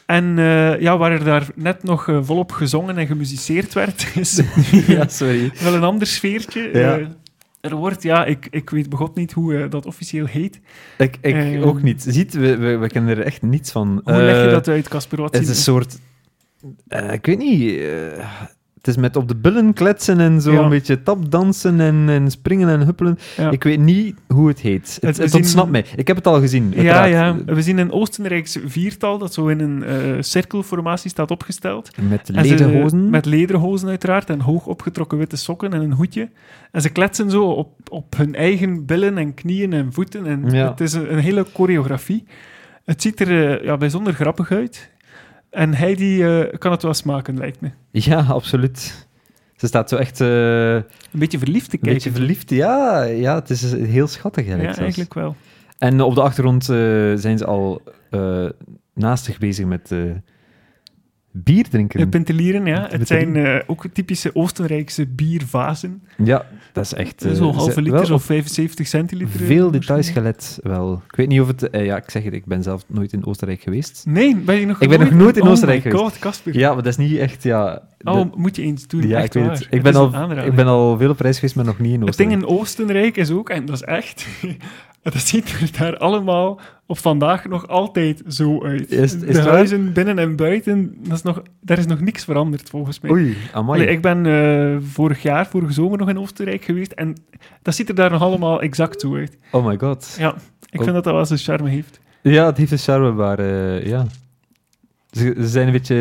[SPEAKER 2] En eh, ja, waar er daar net nog eh, volop gezongen en gemusiceerd werd, [LAUGHS] is
[SPEAKER 1] [LAUGHS] ja, sorry.
[SPEAKER 2] wel een ander sfeertje.
[SPEAKER 1] Ja.
[SPEAKER 2] Eh, er wordt, ja, ik, ik weet begot niet hoe eh, dat officieel heet.
[SPEAKER 1] Ik, ik
[SPEAKER 2] Eh,
[SPEAKER 1] ook niet. Ziet, we, we, we kennen er echt niets van.
[SPEAKER 2] Hoe leg je
[SPEAKER 1] Eh,
[SPEAKER 2] dat uit, Casper? Wat
[SPEAKER 1] Het is
[SPEAKER 2] zien
[SPEAKER 1] een
[SPEAKER 2] we?
[SPEAKER 1] soort... eh, ik weet niet... eh, het is met op de billen kletsen en zo
[SPEAKER 2] Ja.
[SPEAKER 1] een beetje tapdansen en, en springen en huppelen.
[SPEAKER 2] Ja.
[SPEAKER 1] Ik weet niet hoe het heet. Het,
[SPEAKER 2] we
[SPEAKER 1] het
[SPEAKER 2] zien-
[SPEAKER 1] ontsnapt mij. Ik heb het al gezien,
[SPEAKER 2] Ja,
[SPEAKER 1] uiteraard.
[SPEAKER 2] ja, we zien een Oostenrijks viertal dat zo in een eh, cirkelformatie staat opgesteld.
[SPEAKER 1] Met
[SPEAKER 2] En ze-
[SPEAKER 1] ledenhozen.
[SPEAKER 2] Met lederhozen uiteraard en hoog opgetrokken witte sokken en een hoedje. En ze kletsen zo op, op hun eigen billen en knieën en voeten. En
[SPEAKER 1] Ja.
[SPEAKER 2] Het is een, een hele choreografie. Het ziet er eh, ja, bijzonder grappig uit. En Heidi eh, kan het wel smaken, lijkt me.
[SPEAKER 1] Ja, absoluut. Ze staat zo echt eh,
[SPEAKER 2] Een beetje verliefd te
[SPEAKER 1] een
[SPEAKER 2] kijken.
[SPEAKER 1] beetje verliefd. Ja, ja, het is heel schattig eigenlijk.
[SPEAKER 2] Ja,
[SPEAKER 1] zelfs.
[SPEAKER 2] eigenlijk wel.
[SPEAKER 1] En op de achtergrond eh, zijn ze al eh, naastig bezig met eh, bier drinken.
[SPEAKER 2] Eh, Pintelieren, ja. Het zijn
[SPEAKER 1] Pintelieren.
[SPEAKER 2] eh, ook typische Oostenrijkse biervazen.
[SPEAKER 1] Ja, dat is echt... eh,
[SPEAKER 2] Zo'n
[SPEAKER 1] ze-
[SPEAKER 2] halve
[SPEAKER 1] wel
[SPEAKER 2] liters
[SPEAKER 1] op
[SPEAKER 2] of 75 centiliter. eh,
[SPEAKER 1] Veel details
[SPEAKER 2] waarschijnlijk.
[SPEAKER 1] gelet wel. Ik weet niet of het... eh, ja, ik zeg het, ik ben zelf nooit in Oostenrijk geweest.
[SPEAKER 2] Nee, ben je nog
[SPEAKER 1] Ik ben nog nooit in Oostenrijk
[SPEAKER 2] oh my
[SPEAKER 1] geweest.
[SPEAKER 2] god, Casper.
[SPEAKER 1] Ja, maar dat is niet echt... Ja,
[SPEAKER 2] Oh,
[SPEAKER 1] de-
[SPEAKER 2] moet je eens doen.
[SPEAKER 1] ja
[SPEAKER 2] echt
[SPEAKER 1] ik weet
[SPEAKER 2] waar.
[SPEAKER 1] het. Ik
[SPEAKER 2] is
[SPEAKER 1] ben,
[SPEAKER 2] een
[SPEAKER 1] al,
[SPEAKER 2] aanrader.
[SPEAKER 1] ik ben al veel op reis geweest, maar nog niet in
[SPEAKER 2] Het ding
[SPEAKER 1] Oostenrijk.
[SPEAKER 2] in Oostenrijk is ook, en dat is echt, [LAUGHS] dat ziet er daar allemaal op vandaag nog altijd zo uit.
[SPEAKER 1] Is- is het
[SPEAKER 2] de
[SPEAKER 1] waar?
[SPEAKER 2] huizen binnen en buiten, dat is nog, daar is nog niks veranderd volgens mij.
[SPEAKER 1] Oei, amai.
[SPEAKER 2] Allee, ik ben eh, vorig jaar, vorige zomer nog in Oostenrijk geweest en dat ziet er daar nog allemaal exact zo uit.
[SPEAKER 1] Oh my god.
[SPEAKER 2] Ja, ik
[SPEAKER 1] Oh.
[SPEAKER 2] vind dat dat wel zijn charme heeft.
[SPEAKER 1] Ja, het heeft een charme, maar eh, ja... Ze, ze zijn een beetje,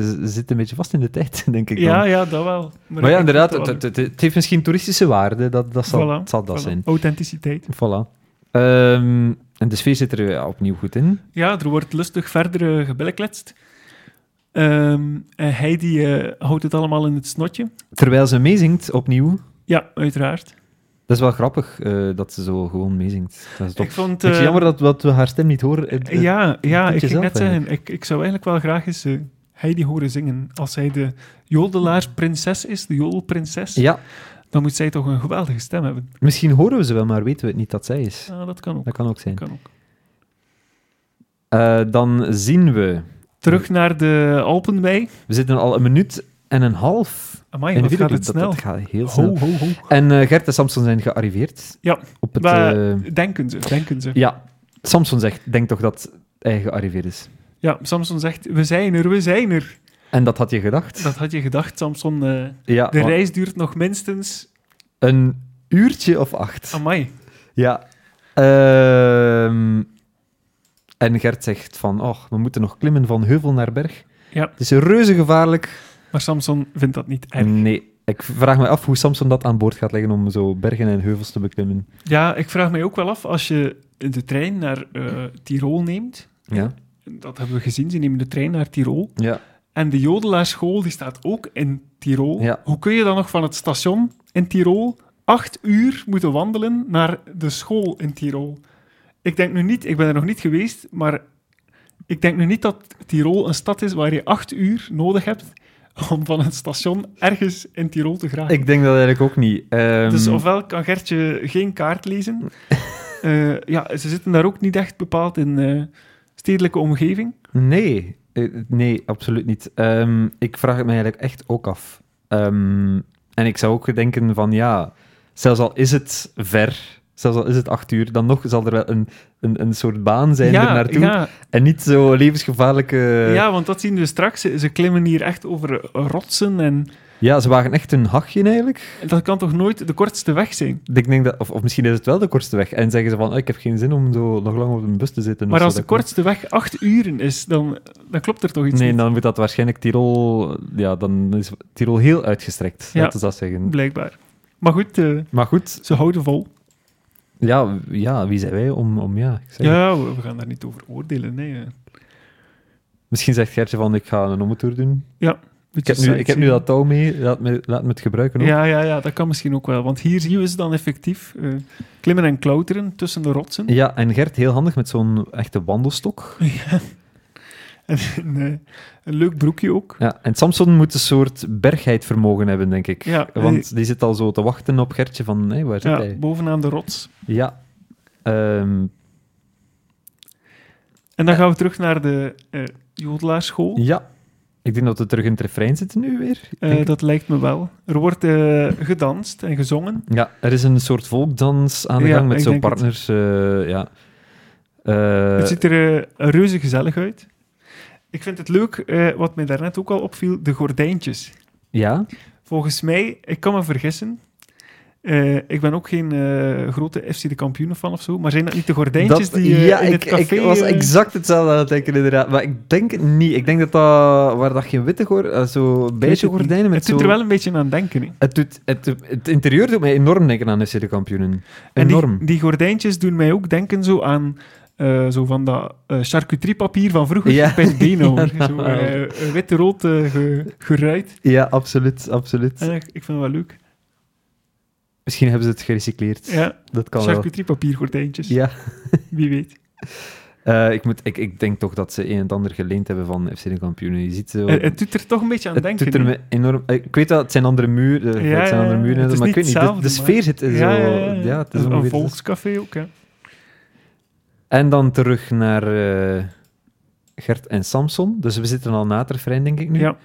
[SPEAKER 1] ze zitten een beetje vast in de tijd, [LAUGHS] denk ik dan.
[SPEAKER 2] Ja, ja, dat wel.
[SPEAKER 1] Maar ja,
[SPEAKER 2] ik vind
[SPEAKER 1] inderdaad,
[SPEAKER 2] dat
[SPEAKER 1] het,
[SPEAKER 2] wel
[SPEAKER 1] het, het heeft misschien toeristische waarde, dat, dat zal,
[SPEAKER 2] Voilà,
[SPEAKER 1] het zal dat
[SPEAKER 2] leuk. Voilà.
[SPEAKER 1] zijn.
[SPEAKER 2] Authenticiteit.
[SPEAKER 1] Voilà. Ehm, en de sfeer zit er ja, opnieuw goed in.
[SPEAKER 2] Ja, er wordt lustig verder eh gebellekletst. Ehm, en Heidi eh, houdt het allemaal in het snotje.
[SPEAKER 1] Terwijl ze meezingt opnieuw.
[SPEAKER 2] Ja, uiteraard.
[SPEAKER 1] Dat is wel grappig eh, dat ze zo gewoon meezingt. Dat is top.
[SPEAKER 2] Ik vond...
[SPEAKER 1] Het is
[SPEAKER 2] eh,
[SPEAKER 1] jammer dat, dat we haar stem niet horen. eh, Het- het-
[SPEAKER 2] ja, ja
[SPEAKER 1] vind je
[SPEAKER 2] ik ging
[SPEAKER 1] zelf
[SPEAKER 2] net zeggen, ik, ik zou eigenlijk wel graag eens eh, Heidi horen zingen. Als zij de jodelaarsprinses is, de jodelprinses,
[SPEAKER 1] ja,
[SPEAKER 2] dan moet zij toch een geweldige stem hebben.
[SPEAKER 1] misschien horen we ze wel, maar weten we het niet dat zij is.
[SPEAKER 2] Ja, dat kan ook.
[SPEAKER 1] Dat kan ook zijn.
[SPEAKER 2] Ah. Kan ook.
[SPEAKER 1] Eh, dan zien we.
[SPEAKER 2] Terug naar de Alpenwei.
[SPEAKER 1] We zitten al een minuut en een half.
[SPEAKER 2] Amai,
[SPEAKER 1] in de
[SPEAKER 2] wat gaat
[SPEAKER 1] videoclip.
[SPEAKER 2] het
[SPEAKER 1] Dat,
[SPEAKER 2] snel.
[SPEAKER 1] dat gaat heel snel.
[SPEAKER 2] Ho, ho, ho.
[SPEAKER 1] En eh, Gert en Samson zijn gearriveerd.
[SPEAKER 2] Ja,
[SPEAKER 1] Op het,
[SPEAKER 2] Maar
[SPEAKER 1] eh,
[SPEAKER 2] denken ze, denken ze.
[SPEAKER 1] ja, Samson zegt, denk toch dat hij gearriveerd is.
[SPEAKER 2] Ja, Samson zegt, we zijn er, we zijn er.
[SPEAKER 1] En dat had je gedacht.
[SPEAKER 2] Dat had je gedacht, Samson. eh,
[SPEAKER 1] ja,
[SPEAKER 2] De
[SPEAKER 1] wa-
[SPEAKER 2] reis duurt nog minstens...
[SPEAKER 1] Een uurtje of acht.
[SPEAKER 2] Amai.
[SPEAKER 1] Ja. Ehm, en Gert zegt van, oh, we moeten nog klimmen van heuvel naar berg.
[SPEAKER 2] Ja.
[SPEAKER 1] Het is reuze gevaarlijk.
[SPEAKER 2] Maar Samson vindt dat niet erg.
[SPEAKER 1] Nee, ik vraag me af hoe Samson dat aan boord gaat leggen om zo bergen en heuvels te beklimmen.
[SPEAKER 2] Ja, ik vraag mij ook wel af, als je de trein naar eh, Tirol neemt...
[SPEAKER 1] Ja.
[SPEAKER 2] Dat hebben we gezien, ze nemen de trein naar Tirol.
[SPEAKER 1] Ja.
[SPEAKER 2] En de jodelaarschool, die staat ook in Tirol.
[SPEAKER 1] Ja.
[SPEAKER 2] Hoe kun je dan nog van het station in Tirol acht uur moeten wandelen naar de school in Tirol? Ik denk nu niet, ik ben er nog niet geweest, maar ik denk nu niet dat Tirol een stad is waar je acht uur nodig hebt om van het station ergens in Tirol te geraken.
[SPEAKER 1] Ik denk dat eigenlijk ook niet. Ehm,
[SPEAKER 2] Dus ofwel kan Gertje geen kaart lezen.
[SPEAKER 1] [LAUGHS]
[SPEAKER 2] Eh, ja, ze zitten daar ook niet echt bepaald in eh, stedelijke omgeving.
[SPEAKER 1] Nee, eh, nee, absoluut niet. Ehm, ik vraag het me eigenlijk echt ook af. Ehm, en ik zou ook denken van ja, zelfs al is het ver, zelfs al is het acht uur, dan nog zal er wel een, een, een soort baan zijn
[SPEAKER 2] ja,
[SPEAKER 1] er naartoe. Eh.
[SPEAKER 2] Ja,
[SPEAKER 1] En niet zo levensgevaarlijke...
[SPEAKER 2] ja, want dat zien we straks. Ze, ze klimmen hier echt over rotsen en
[SPEAKER 1] Ja, ze wagen echt een hachje eigenlijk.
[SPEAKER 2] dat kan toch nooit de kortste weg zijn?
[SPEAKER 1] Ik denk dat, of, of misschien is het wel de kortste weg. En zeggen ze van, oh, ik heb geen zin om zo nog lang op een bus te zitten. of
[SPEAKER 2] Maar
[SPEAKER 1] zo,
[SPEAKER 2] als de
[SPEAKER 1] dat kan.
[SPEAKER 2] kortste weg acht uren is, dan, dan klopt er toch iets
[SPEAKER 1] Nee,
[SPEAKER 2] niet,
[SPEAKER 1] dan moet dat waarschijnlijk Tirol... Ja, dan is Tirol heel uitgestrekt,
[SPEAKER 2] Ja.
[SPEAKER 1] laten we dat zeggen.
[SPEAKER 2] blijkbaar. Maar goed, eh,
[SPEAKER 1] Maar goed,
[SPEAKER 2] ze houden vol.
[SPEAKER 1] Ja, w- ja wie zijn wij om... om ja, ik zeg het.
[SPEAKER 2] Ja, we, we gaan daar niet over oordelen. Nee, eh.
[SPEAKER 1] Misschien zegt Gertje van, ik ga een omtoer doen. Ik
[SPEAKER 2] Beetje
[SPEAKER 1] heb, nu, ik heb nu
[SPEAKER 2] sightseeing.
[SPEAKER 1] dat touw mee, laat me, laat me het gebruiken ook.
[SPEAKER 2] Ja, ja, ja, dat kan misschien ook wel. Want hier zien we ze dan effectief eh, klimmen en klauteren tussen de rotsen.
[SPEAKER 1] Ja, en Gert heel handig met zo'n echte wandelstok.
[SPEAKER 2] En een, eh, een leuk broekje ook.
[SPEAKER 1] Ja, en Samson moet een soort bergheidvermogen hebben, denk ik.
[SPEAKER 2] Ja,
[SPEAKER 1] Want die zit al zo te wachten op Gertje van, hé, waar zit
[SPEAKER 2] Ja,
[SPEAKER 1] hij?
[SPEAKER 2] bovenaan de rots.
[SPEAKER 1] Ja. Ehm,
[SPEAKER 2] En dan gaan we terug naar de eh jodelaarschool.
[SPEAKER 1] ja. Ik denk dat we terug in het refrein zitten nu weer.
[SPEAKER 2] Eh,
[SPEAKER 1] denk ik.
[SPEAKER 2] dat lijkt me wel. Er wordt eh, gedanst en gezongen.
[SPEAKER 1] Ja, er is een soort volkdans aan de
[SPEAKER 2] Ja,
[SPEAKER 1] gang met
[SPEAKER 2] ik
[SPEAKER 1] zo'n
[SPEAKER 2] denk het.
[SPEAKER 1] partners. eh, ja. Eh,
[SPEAKER 2] het ziet er eh, reuze gezellig uit. Ik vind het leuk, eh, wat mij daarnet ook al opviel, de gordijntjes.
[SPEAKER 1] ja.
[SPEAKER 2] Volgens mij, ik kan me vergissen. eh, ik ben ook geen eh, grote FC de kampioenen fan of zo, maar zijn dat niet de gordijntjes
[SPEAKER 1] Dat-
[SPEAKER 2] die eh,
[SPEAKER 1] ja,
[SPEAKER 2] in
[SPEAKER 1] ik,
[SPEAKER 2] het café...
[SPEAKER 1] ik was
[SPEAKER 2] eh,
[SPEAKER 1] exact hetzelfde aan het denken, inderdaad. Maar ik denk het niet. Ik denk dat dat... Waar dat geen witte gor, eh, zo beige
[SPEAKER 2] het niet.
[SPEAKER 1] gordijnen met
[SPEAKER 2] het doet
[SPEAKER 1] zo...
[SPEAKER 2] er wel een beetje aan denken. hè.
[SPEAKER 1] Het, doet, het, het interieur doet mij enorm denken aan FC de kampioenen.
[SPEAKER 2] En die-
[SPEAKER 1] Enorm.
[SPEAKER 2] Die, gordijntjes doen mij ook denken zo aan eh, zo van dat eh, charcuteriepapier van vroeger
[SPEAKER 1] Ja.
[SPEAKER 2] bij het been
[SPEAKER 1] [LAUGHS] Ja,
[SPEAKER 2] zo,
[SPEAKER 1] nou.
[SPEAKER 2] eh, eh, wit-rood eh, ge- geruit.
[SPEAKER 1] [LAUGHS] Ja, absoluut, absoluut.
[SPEAKER 2] En ik, ik vind het wel leuk.
[SPEAKER 1] Misschien hebben ze het gerecycleerd.
[SPEAKER 2] Ja,
[SPEAKER 1] Dat kan wel.
[SPEAKER 2] charcuteriepapier gordijntjes.
[SPEAKER 1] Ja.
[SPEAKER 2] Wie weet.
[SPEAKER 1] Eh, ik, moet, ik, ik denk toch dat ze een en ander geleend hebben van FC de kampioenen. Je ziet zo...
[SPEAKER 2] Eh, het doet er toch een beetje aan
[SPEAKER 1] het
[SPEAKER 2] denken.
[SPEAKER 1] doet er
[SPEAKER 2] hè.
[SPEAKER 1] me enorm... eh, Ik weet dat het zijn andere muren, eh,
[SPEAKER 2] Ja,
[SPEAKER 1] het zijn
[SPEAKER 2] ja,
[SPEAKER 1] andere
[SPEAKER 2] ja.
[SPEAKER 1] muren
[SPEAKER 2] Het is
[SPEAKER 1] maar ik
[SPEAKER 2] niet
[SPEAKER 1] weet niet, de- de,
[SPEAKER 2] hetzelfde,
[SPEAKER 1] sfeer zit zo...
[SPEAKER 2] ja, ja, ja, ja.
[SPEAKER 1] het is
[SPEAKER 2] een
[SPEAKER 1] ongeveer...
[SPEAKER 2] volkscafé ook, hè.
[SPEAKER 1] En dan terug naar eh, Gert en Samson. Dus we zitten al na het refrein, denk ik nu.
[SPEAKER 2] Ja.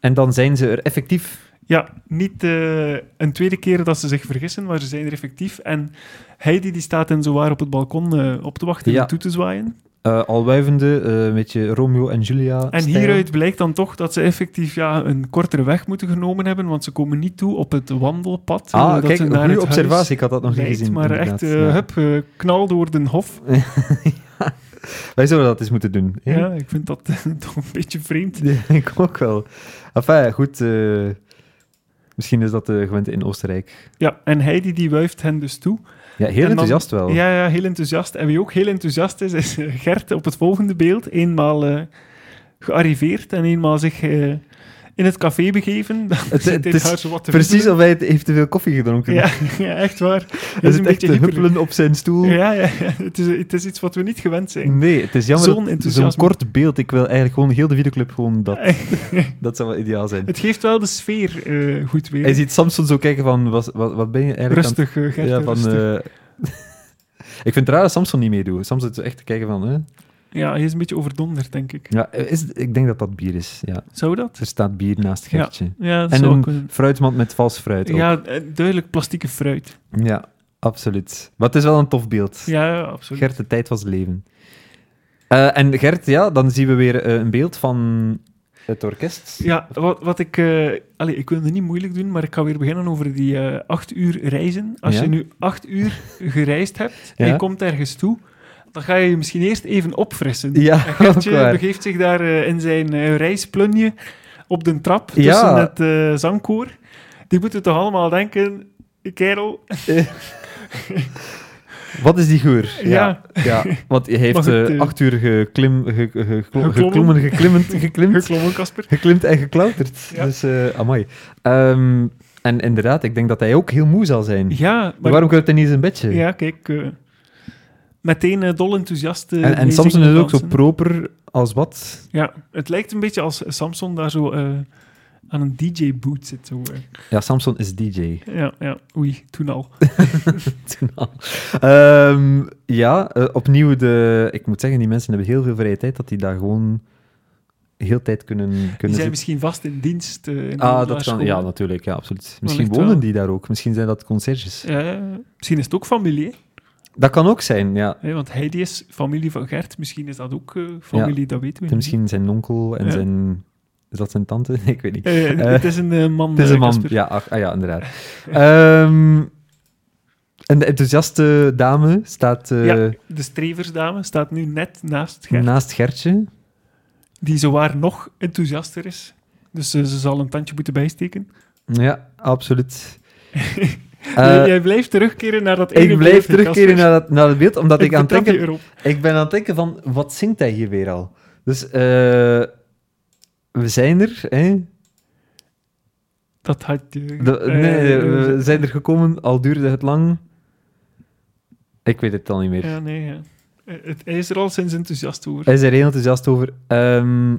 [SPEAKER 1] En dan zijn ze er effectief.
[SPEAKER 2] Ja, niet eh, een tweede keer dat ze zich vergissen, maar ze zijn er effectief. En Heidi die staat en zowaar op het balkon eh, op te wachten
[SPEAKER 1] Ja.
[SPEAKER 2] en toe te zwaaien.
[SPEAKER 1] eh al wuivende, eh, een beetje Romeo en Julia.
[SPEAKER 2] En
[SPEAKER 1] stijl.
[SPEAKER 2] hieruit blijkt dan toch dat ze effectief ja, een kortere weg moeten genomen hebben, want ze komen niet toe op het wandelpad. eh,
[SPEAKER 1] Ah,
[SPEAKER 2] dat
[SPEAKER 1] kijk,
[SPEAKER 2] ze
[SPEAKER 1] een
[SPEAKER 2] naar
[SPEAKER 1] goede
[SPEAKER 2] het
[SPEAKER 1] observatie.
[SPEAKER 2] huis
[SPEAKER 1] Ik had dat nog niet
[SPEAKER 2] leidt,
[SPEAKER 1] gezien.
[SPEAKER 2] Maar echt,
[SPEAKER 1] inderdaad.
[SPEAKER 2] eh,
[SPEAKER 1] Ja.
[SPEAKER 2] hup, eh, knal door den hof.
[SPEAKER 1] Wij zouden dat eens moeten doen. hè?
[SPEAKER 2] Ja, ik vind dat [LAUGHS] toch een beetje vreemd.
[SPEAKER 1] [LAUGHS] Ja, ik ook wel. Enfin, goed. eh, misschien is dat eh gewend in Oostenrijk.
[SPEAKER 2] Ja, en Heidi die wuift hen dus toe.
[SPEAKER 1] Ja, heel
[SPEAKER 2] dan-
[SPEAKER 1] enthousiast wel.
[SPEAKER 2] Ja, ja, heel enthousiast. En wie ook heel enthousiast is, is eh, Gert op het volgende beeld. Eenmaal eh, gearriveerd en eenmaal zich eh, in het café begeven. [LAUGHS] Dan
[SPEAKER 1] Het-
[SPEAKER 2] zit
[SPEAKER 1] het
[SPEAKER 2] hij
[SPEAKER 1] is
[SPEAKER 2] daar zo wat te
[SPEAKER 1] Precies
[SPEAKER 2] wiebelen.
[SPEAKER 1] of hij het- heeft te veel koffie gedronken.
[SPEAKER 2] Ja, ja, [LAUGHS] echt waar. Hij
[SPEAKER 1] hij zit echt te
[SPEAKER 2] hyper.
[SPEAKER 1] huppelen op zijn stoel.
[SPEAKER 2] Ja, ja, ja. Het, is, het is iets wat we niet gewend zijn.
[SPEAKER 1] Nee, het is jammer.
[SPEAKER 2] Zo'n
[SPEAKER 1] dat-
[SPEAKER 2] enthousiasme.
[SPEAKER 1] Zo'n kort beeld. Ik wil eigenlijk gewoon heel de videoclub gewoon
[SPEAKER 2] [LAUGHS]
[SPEAKER 1] dat. Dat zou wel ideaal zijn.
[SPEAKER 2] het geeft wel de sfeer eh, goed weer.
[SPEAKER 1] Hij ziet Samson zo kijken van, was- wat, wat ben je eigenlijk
[SPEAKER 2] rustig, eh,
[SPEAKER 1] aan
[SPEAKER 2] Gert,
[SPEAKER 1] het... van,
[SPEAKER 2] rustig.
[SPEAKER 1] eh, [LAUGHS] ik vind het raar dat Samson niet meedoet. Samson zit zo echt te kijken van... hè?
[SPEAKER 2] Ja, hij is een beetje overdonderd, denk ik.
[SPEAKER 1] Ja, is, ik denk dat dat bier is. Ja.
[SPEAKER 2] Zou dat?
[SPEAKER 1] Er staat bier naast Gertje.
[SPEAKER 2] Ja, dat
[SPEAKER 1] en
[SPEAKER 2] zou ook
[SPEAKER 1] een
[SPEAKER 2] kunnen.
[SPEAKER 1] fruitmand met vals fruit ook. Ja.
[SPEAKER 2] Ja, eh, duidelijk plastieke fruit.
[SPEAKER 1] absoluut. Maar het is wel een tof beeld.
[SPEAKER 2] Ja, ja, absoluut.
[SPEAKER 1] Gert, de tijd was leven. Eh, en Gert, ja, dan zien we weer eh, een beeld van het orkest.
[SPEAKER 2] Ja, wat, wat ik... eh allee, ik wil het niet moeilijk doen, maar ik ga weer beginnen over die eh, acht uur reizen. Als
[SPEAKER 1] Ja.
[SPEAKER 2] je nu acht uur gereisd hebt en
[SPEAKER 1] Ja.
[SPEAKER 2] je komt ergens toe, dan ga je je misschien eerst even opfrissen.
[SPEAKER 1] Ja,
[SPEAKER 2] En
[SPEAKER 1] ook
[SPEAKER 2] Gertje
[SPEAKER 1] waar.
[SPEAKER 2] begeeft zich daar eh, in zijn eh, reisplunje op de trap tussen
[SPEAKER 1] Ja.
[SPEAKER 2] het eh, zangkoor. Die moeten toch allemaal denken... Kerel,
[SPEAKER 1] Wat is die geur?
[SPEAKER 2] Ja.
[SPEAKER 1] ja. Want hij heeft
[SPEAKER 2] Maar goed,
[SPEAKER 1] eh,
[SPEAKER 2] eh,
[SPEAKER 1] acht uur geklim, ge, ge- ge-
[SPEAKER 2] Geklommen.
[SPEAKER 1] geklommen, geklimmend,
[SPEAKER 2] [LAUGHS]
[SPEAKER 1] geklimd,
[SPEAKER 2] geklommen Kasper.
[SPEAKER 1] geklimd en geklauterd.
[SPEAKER 2] Ja.
[SPEAKER 1] Dus, eh amai. Ehm, en inderdaad, ik denk dat hij ook heel moe zal zijn.
[SPEAKER 2] Ja, maar,
[SPEAKER 1] Waarom kruipt hij niet in zijn bedje?
[SPEAKER 2] ja kijk, eh, meteen eh, dol enthousiast. eh,
[SPEAKER 1] en en
[SPEAKER 2] mee
[SPEAKER 1] Samson
[SPEAKER 2] zingen
[SPEAKER 1] is ook zo
[SPEAKER 2] dansen.
[SPEAKER 1] proper als wat.
[SPEAKER 2] Ja, het lijkt een beetje als Samson daar zo eh, aan een DJ-boot zit. Zo. eh.
[SPEAKER 1] Ja, Samson is DJ.
[SPEAKER 2] Ja, ja, oei, toen al.
[SPEAKER 1] Toen al. [LAUGHS] Ehm, ja, eh, opnieuw de... Ik moet zeggen, die mensen hebben heel veel vrije tijd, dat die daar gewoon heel tijd kunnen...
[SPEAKER 2] Die
[SPEAKER 1] kunnen
[SPEAKER 2] zijn
[SPEAKER 1] zitten.
[SPEAKER 2] misschien vast in dienst. eh, in de
[SPEAKER 1] Ah, dat
[SPEAKER 2] middelbare
[SPEAKER 1] kan. Ja,
[SPEAKER 2] school.
[SPEAKER 1] natuurlijk. Ja, absoluut. Misschien
[SPEAKER 2] Wellicht
[SPEAKER 1] wonen
[SPEAKER 2] wel.
[SPEAKER 1] die daar ook. Misschien zijn dat conciërges.
[SPEAKER 2] Ja, ja, ja. misschien is het ook familie, hè?
[SPEAKER 1] Dat kan ook zijn, ja.
[SPEAKER 2] Hè, want Heidi is familie van Gert. Misschien is dat ook eh, familie, dat weten we niet.
[SPEAKER 1] Misschien zijn onkel en
[SPEAKER 2] Mhm. Ja.
[SPEAKER 1] zijn... Is dat zijn tante? [LAUGHS] Nee, ik weet niet.
[SPEAKER 2] Eh,
[SPEAKER 1] Eh,
[SPEAKER 2] het is een eh, man.
[SPEAKER 1] Het is een
[SPEAKER 2] eh,
[SPEAKER 1] man.
[SPEAKER 2] Casper.
[SPEAKER 1] Ja, ach, ah, ja, inderdaad. Ehm, en de enthousiaste dame staat eh,
[SPEAKER 2] Ja, de streversdame staat nu net naast Gert,
[SPEAKER 1] naast Gertje.
[SPEAKER 2] die zowaar nog enthousiaster is. Dus eh, ze zal een tandje moeten bijsteken.
[SPEAKER 1] Ja,
[SPEAKER 2] [LAUGHS]
[SPEAKER 1] absoluut.
[SPEAKER 2] Jij-
[SPEAKER 1] Eh,
[SPEAKER 2] Jij blijft terugkeren naar dat ene
[SPEAKER 1] ik blijf
[SPEAKER 2] beeld,
[SPEAKER 1] terugkeren
[SPEAKER 2] Casper.
[SPEAKER 1] naar, dat, naar het beeld, omdat ik, aan het
[SPEAKER 2] betrap
[SPEAKER 1] denken...
[SPEAKER 2] je erop.
[SPEAKER 1] Ik ben aan het denken van, wat zingt hij hier weer al? Dus, eh, we zijn er, hè?
[SPEAKER 2] Dat had je...
[SPEAKER 1] De-
[SPEAKER 2] eh,
[SPEAKER 1] nee,
[SPEAKER 2] eh,
[SPEAKER 1] we zijn er gekomen, al duurde het lang. Ik weet het al niet meer. Eh,
[SPEAKER 2] Ja, nee, ja. Eh, Het, hij is er al sinds enthousiast over.
[SPEAKER 1] Hij is er heel enthousiast over. Ehm,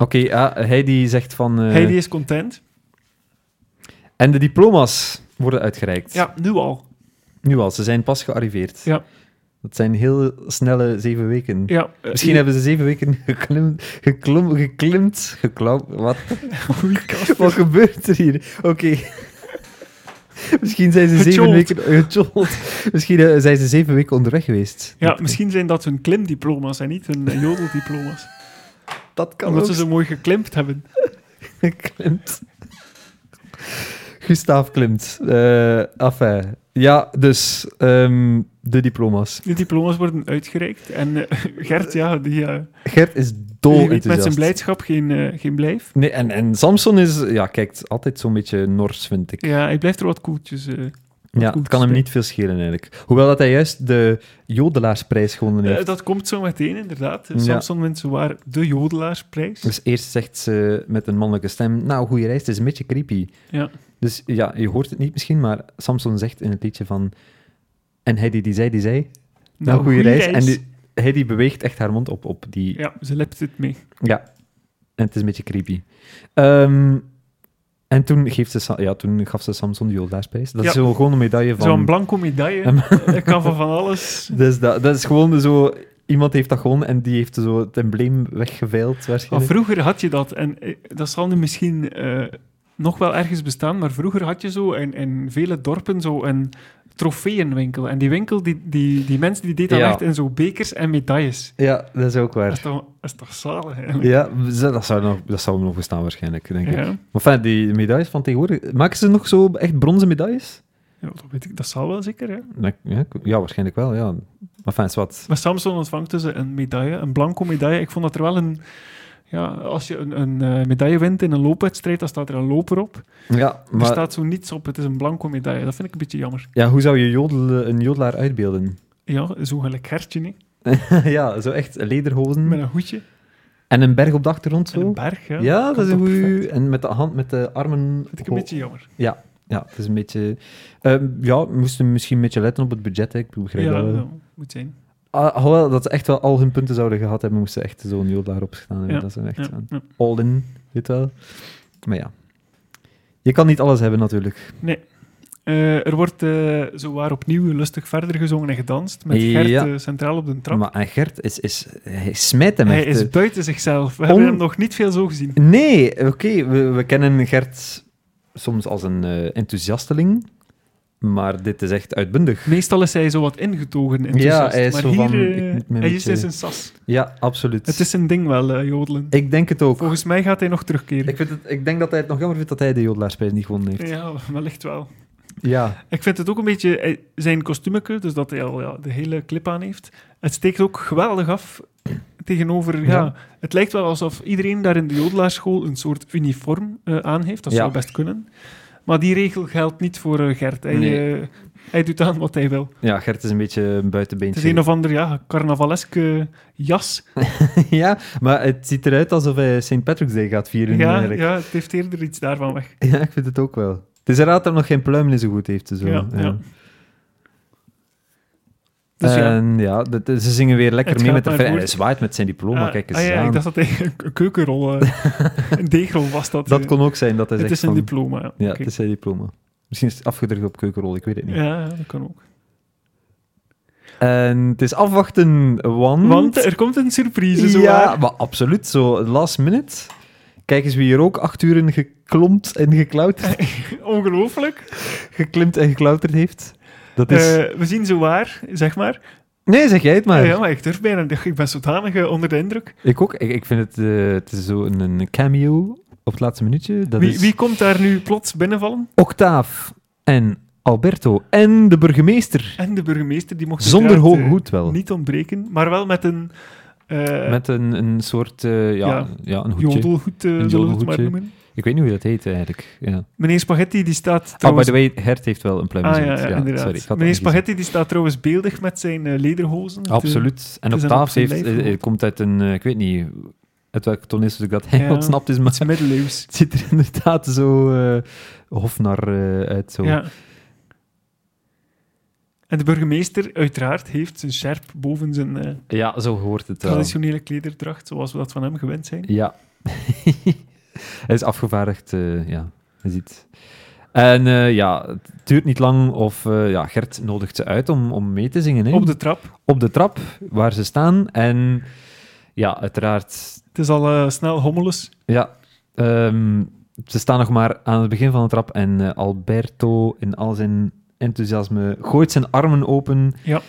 [SPEAKER 1] Oké, ja, hij die zegt van... eh,
[SPEAKER 2] Heidi is content.
[SPEAKER 1] En de diploma's worden uitgereikt.
[SPEAKER 2] Ja, nu al.
[SPEAKER 1] Nu al, ze zijn pas gearriveerd.
[SPEAKER 2] Ja.
[SPEAKER 1] Dat zijn heel snelle zeven weken.
[SPEAKER 2] Ja, eh,
[SPEAKER 1] Misschien hebben ze zeven weken geklimd, geklom, geklimd, geklauw- Wat,
[SPEAKER 2] Oei, Casper.
[SPEAKER 1] wat gebeurt er hier? Oké. Misschien zijn ze zeven
[SPEAKER 2] Getjold.
[SPEAKER 1] weken... getjold. Misschien eh, zijn ze zeven weken onderweg geweest.
[SPEAKER 2] Ja,
[SPEAKER 1] Dat-
[SPEAKER 2] misschien zijn dat hun klimdiploma's en niet hun eh, jodeldiploma's.
[SPEAKER 1] Dat kan
[SPEAKER 2] Omdat
[SPEAKER 1] ook
[SPEAKER 2] ze zo mooi geklimd hebben.
[SPEAKER 1] Klimt. Gustav Klimt. Eh enfin. Ja, dus ehm, de diploma's.
[SPEAKER 2] De diploma's worden uitgereikt. En eh, [LAUGHS] Gert, ja, die, eh,
[SPEAKER 1] Gert is
[SPEAKER 2] die
[SPEAKER 1] dol
[SPEAKER 2] weet met zijn
[SPEAKER 1] enthousiast.
[SPEAKER 2] blijdschap geen, eh, geen blijf.
[SPEAKER 1] Nee, en, en Samson is, ja, kijkt altijd zo'n beetje nors, vind ik.
[SPEAKER 2] Ja, hij blijft er wat koeltjes. eh.
[SPEAKER 1] Ja,
[SPEAKER 2] goed
[SPEAKER 1] het kan hem
[SPEAKER 2] spelen.
[SPEAKER 1] niet veel schelen eigenlijk. Hoewel dat hij juist de Jodelaarsprijs gewonnen
[SPEAKER 2] Eh,
[SPEAKER 1] heeft.
[SPEAKER 2] dat komt zo meteen, inderdaad.
[SPEAKER 1] Ja.
[SPEAKER 2] Samson wint zowaar de jodelaarsprijs.
[SPEAKER 1] Dus eerst zegt ze met een mannelijke stem: Nou, goede reis, het is een beetje creepy.
[SPEAKER 2] Ja.
[SPEAKER 1] Dus ja, je hoort het niet misschien, maar Samson zegt in het liedje van. En hij die, die zei, die zei. Nou, goeie
[SPEAKER 2] goeie
[SPEAKER 1] reis. En die- Hij die beweegt echt haar mond op, op die... Ja.
[SPEAKER 2] Ja, ze lept het mee.
[SPEAKER 1] En het is een beetje creepy. Ehm, en toen, geeft ze, Sa- ja, toen gaf ze Samson de Jodelaarsprijs. Dat
[SPEAKER 2] Ja.
[SPEAKER 1] is zo gewoon een medaille van...
[SPEAKER 2] Zo'n blanco
[SPEAKER 1] [LAUGHS]
[SPEAKER 2] medaille.
[SPEAKER 1] Hem.
[SPEAKER 2] Dat kan van van alles.
[SPEAKER 1] dus dat, dat is gewoon zo... Iemand heeft dat gewonnen en die heeft zo het embleem weggeveild,
[SPEAKER 2] Maar
[SPEAKER 1] waarschijnlijk.
[SPEAKER 2] vroeger had je dat, en eh, dat zal nu misschien eh, nog wel ergens bestaan, maar vroeger had je zo in, in vele dorpen zo een trofeeënwinkel. En die winkel, die, die, die mensen die deed dat
[SPEAKER 1] Ja.
[SPEAKER 2] echt in zo bekers en medailles.
[SPEAKER 1] Ja, dat is ook
[SPEAKER 2] Dat is
[SPEAKER 1] waar.
[SPEAKER 2] toch, dat is toch zalig, eigenlijk?
[SPEAKER 1] Ja, ze- dat zou, nog, dat zou nog bestaan waarschijnlijk, denk ik.
[SPEAKER 2] Ja.
[SPEAKER 1] Maar enfin, die medailles van tegenwoordig... Maken ze nog zo echt bronzen medailles?
[SPEAKER 2] Ja, dat weet ik, dat zal wel zeker, hè.
[SPEAKER 1] Ja, ik- ja, waarschijnlijk wel, ja. Maar enfin, is wat.
[SPEAKER 2] Maar Samson ontvangt dus een medaille, een blanco medaille. Ik vond dat er wel een... Ja, als je een, een eh, medaille wint in een loopwedstrijd, dan staat er een loper op.
[SPEAKER 1] Ja,
[SPEAKER 2] Er
[SPEAKER 1] maar...
[SPEAKER 2] staat zo niets op, het is een blanco medaille. Dat vind ik een beetje jammer.
[SPEAKER 1] Ja, hoe zou je jodelen, een jodelaar uitbeelden? [LAUGHS]
[SPEAKER 2] Ja, zo gelijk hertje, hè.
[SPEAKER 1] ja, zo echt lederhozen.
[SPEAKER 2] Met een hoedje.
[SPEAKER 1] En een berg op de achtergrond zo.
[SPEAKER 2] En een berg, ja.
[SPEAKER 1] ja, dat is een
[SPEAKER 2] Komt op Oh,
[SPEAKER 1] goeie.
[SPEAKER 2] perfect.
[SPEAKER 1] En met de hand, met de armen.
[SPEAKER 2] Vind ik een
[SPEAKER 1] ho-
[SPEAKER 2] beetje jammer.
[SPEAKER 1] Ja, het is een beetje. Ehm, ja, we moesten misschien een beetje letten op het budget. Hè. Ik begrijp
[SPEAKER 2] Ja,
[SPEAKER 1] dat. wel.
[SPEAKER 2] dat moet zijn.
[SPEAKER 1] Ah, hoewel, dat ze echt wel al hun punten zouden gehad hebben, moesten ze echt zo'n jodelaar opgestaan hebben.
[SPEAKER 2] Ja,
[SPEAKER 1] Dat is een echt
[SPEAKER 2] Ja,
[SPEAKER 1] zo'n
[SPEAKER 2] ja.
[SPEAKER 1] all in, weet wel. Maar ja. Je kan niet alles hebben natuurlijk.
[SPEAKER 2] Eh, er wordt eh zowaar opnieuw lustig verder gezongen en gedanst. Met Gert
[SPEAKER 1] Ja.
[SPEAKER 2] eh, centraal op de trap.
[SPEAKER 1] Maar en Gert is, is, hij smijt hem
[SPEAKER 2] Hij
[SPEAKER 1] echt, eh.
[SPEAKER 2] is buiten zichzelf. We hebben
[SPEAKER 1] On-
[SPEAKER 2] hem nog niet veel zo gezien.
[SPEAKER 1] Nee, oké, we, we kennen Gert soms als een eh, enthousiasteling, maar dit is echt uitbundig.
[SPEAKER 2] Meestal is hij zo wat ingetogen.
[SPEAKER 1] Ja,
[SPEAKER 2] enthousiast.
[SPEAKER 1] hij is
[SPEAKER 2] maar
[SPEAKER 1] zo
[SPEAKER 2] hier,
[SPEAKER 1] van,
[SPEAKER 2] eh,
[SPEAKER 1] ik moet me een
[SPEAKER 2] hij
[SPEAKER 1] beetje-
[SPEAKER 2] is in sas.
[SPEAKER 1] Ja, absoluut.
[SPEAKER 2] Het is zijn ding wel, eh, jodelen.
[SPEAKER 1] Ik denk het ook.
[SPEAKER 2] Volgens mij gaat hij nog terugkeren.
[SPEAKER 1] Ik, vind het, ik denk dat hij het nog jammer vindt dat hij de jodelaarsprijs niet gewonnen heeft.
[SPEAKER 2] Ja, wellicht wel.
[SPEAKER 1] Ja,
[SPEAKER 2] Ik vind het ook een beetje... eh, Zijn kostuumeke, dus dat hij al ja, de hele clip aan heeft, het steekt ook geweldig af tegenover... Ja,
[SPEAKER 1] Ja.
[SPEAKER 2] Het lijkt wel alsof iedereen daar in de jodelaarschool een soort uniform eh, aan heeft. Dat
[SPEAKER 1] Ja.
[SPEAKER 2] zou best kunnen. Maar die regel geldt niet voor eh, Gert. Hij,
[SPEAKER 1] Nee.
[SPEAKER 2] eh, hij doet aan wat hij wil.
[SPEAKER 1] ja Gert is een beetje een
[SPEAKER 2] Het
[SPEAKER 1] buitenbeentje.
[SPEAKER 2] is een of ander ja, carnavaleske jas.
[SPEAKER 1] [LAUGHS] ja, maar het ziet eruit alsof hij St. Patrick's Day gaat vieren.
[SPEAKER 2] Ja,
[SPEAKER 1] eigenlijk.
[SPEAKER 2] ja, het heeft eerder iets daarvan weg.
[SPEAKER 1] [LAUGHS] Ja, ik vind het ook wel. Het is raar dat hij nog geen pluim in zijn goed heeft. en Zo.
[SPEAKER 2] Ja, ja. Dus ja.
[SPEAKER 1] En ja, dat- ze zingen weer lekker
[SPEAKER 2] Het
[SPEAKER 1] mee met
[SPEAKER 2] gaat
[SPEAKER 1] de
[SPEAKER 2] maar
[SPEAKER 1] vrijheid. Hij
[SPEAKER 2] voort.
[SPEAKER 1] zwaait met zijn diploma,
[SPEAKER 2] Ah,
[SPEAKER 1] kijk eens
[SPEAKER 2] ah, ja,
[SPEAKER 1] aan.
[SPEAKER 2] ik dacht dat hij een k- keukenrol, eh,
[SPEAKER 1] [LAUGHS]
[SPEAKER 2] een deegrol was dat.
[SPEAKER 1] Dat
[SPEAKER 2] eh.
[SPEAKER 1] kon ook zijn dat hij
[SPEAKER 2] het
[SPEAKER 1] zegt
[SPEAKER 2] is een
[SPEAKER 1] van-
[SPEAKER 2] diploma. Ja,
[SPEAKER 1] Ja,
[SPEAKER 2] Oké.
[SPEAKER 1] het is zijn diploma. Misschien is het afgedrukt op keukenrol, ik weet het niet.
[SPEAKER 2] ja, ja, dat kan ook.
[SPEAKER 1] En het is afwachten, want...
[SPEAKER 2] Want er komt een surprise, zo
[SPEAKER 1] Hm? ja,
[SPEAKER 2] waar.
[SPEAKER 1] maar absoluut, zo last minute. Kijk eens wie hier ook acht uur in geklompt en geklauterd,
[SPEAKER 2] Ongelooflijk.
[SPEAKER 1] geklimd en geklauterd heeft. Dat is... Ah,
[SPEAKER 2] Eh, we zien zo waar, zeg maar. Ah,
[SPEAKER 1] nee, zeg jij het maar.
[SPEAKER 2] Ja, maar ik durf bijna. niet. Ik ben zodanig eh, onder de indruk.
[SPEAKER 1] Ik ook. Ik, ik vind het, eh, het is zo een, een cameo op het laatste minuutje. Dat
[SPEAKER 2] Wie,
[SPEAKER 1] is
[SPEAKER 2] wie komt daar nu plots binnenvallen?
[SPEAKER 1] Octaaf en Alberto en de burgemeester.
[SPEAKER 2] En de burgemeester, die mocht
[SPEAKER 1] Zonder
[SPEAKER 2] uiteraard,
[SPEAKER 1] hoge
[SPEAKER 2] eh,
[SPEAKER 1] hoed wel.
[SPEAKER 2] niet ontbreken, maar wel met een eh
[SPEAKER 1] Met een, een soort, eh, ja, ja.
[SPEAKER 2] Ja.
[SPEAKER 1] een hoedje.
[SPEAKER 2] jodelhoed, eh,
[SPEAKER 1] Een
[SPEAKER 2] zullen we het maar
[SPEAKER 1] jodelhoedje.
[SPEAKER 2] noemen.
[SPEAKER 1] Ik weet niet hoe dat heet eigenlijk. Ja.
[SPEAKER 2] Meneer Spaghetti, die staat
[SPEAKER 1] Oh, by
[SPEAKER 2] trouwens...
[SPEAKER 1] the way, Hert heeft wel een pluim in
[SPEAKER 2] ah
[SPEAKER 1] zijn
[SPEAKER 2] ja,
[SPEAKER 1] hoed.
[SPEAKER 2] ja, inderdaad.
[SPEAKER 1] sorry, ik had dat
[SPEAKER 2] Meneer
[SPEAKER 1] niet gezien.
[SPEAKER 2] Spaghetti, die staat trouwens beeldig met zijn eh, lederhozen. Het, eh,
[SPEAKER 1] Absoluut. En
[SPEAKER 2] het is een
[SPEAKER 1] Octaaf
[SPEAKER 2] op zijn
[SPEAKER 1] heeft,
[SPEAKER 2] lijf
[SPEAKER 1] eh,
[SPEAKER 2] gehoord.
[SPEAKER 1] komt uit een, eh, ik weet niet uit welk toneel ik dat hij
[SPEAKER 2] Ja.
[SPEAKER 1] ontsnapt is,
[SPEAKER 2] Het
[SPEAKER 1] maar
[SPEAKER 2] is
[SPEAKER 1] [LAUGHS]
[SPEAKER 2] middeleeuws.
[SPEAKER 1] het ziet er inderdaad zo eh hofnar eh, uit. Zo.
[SPEAKER 2] Ja. En de burgemeester, uiteraard, heeft zijn sjerp boven zijn eh,
[SPEAKER 1] Ja, zo hoort het wel.
[SPEAKER 2] traditionele klederdracht, zoals we dat van hem gewend zijn.
[SPEAKER 1] Ja. [LAUGHS] hij is afgevaardigd, eh, ja. Je ziet. En eh, ja, het duurt niet lang of eh, ja, Gert nodigt ze uit om, om mee te zingen. Hè?
[SPEAKER 2] Op de trap.
[SPEAKER 1] Op de trap waar ze staan. En ja, uiteraard,
[SPEAKER 2] Het is al eh, snel hommeles.
[SPEAKER 1] ja, ehm, ze staan nog maar aan het begin van de trap. En eh, Alberto in al zijn enthousiasme gooit zijn armen open
[SPEAKER 2] Ja.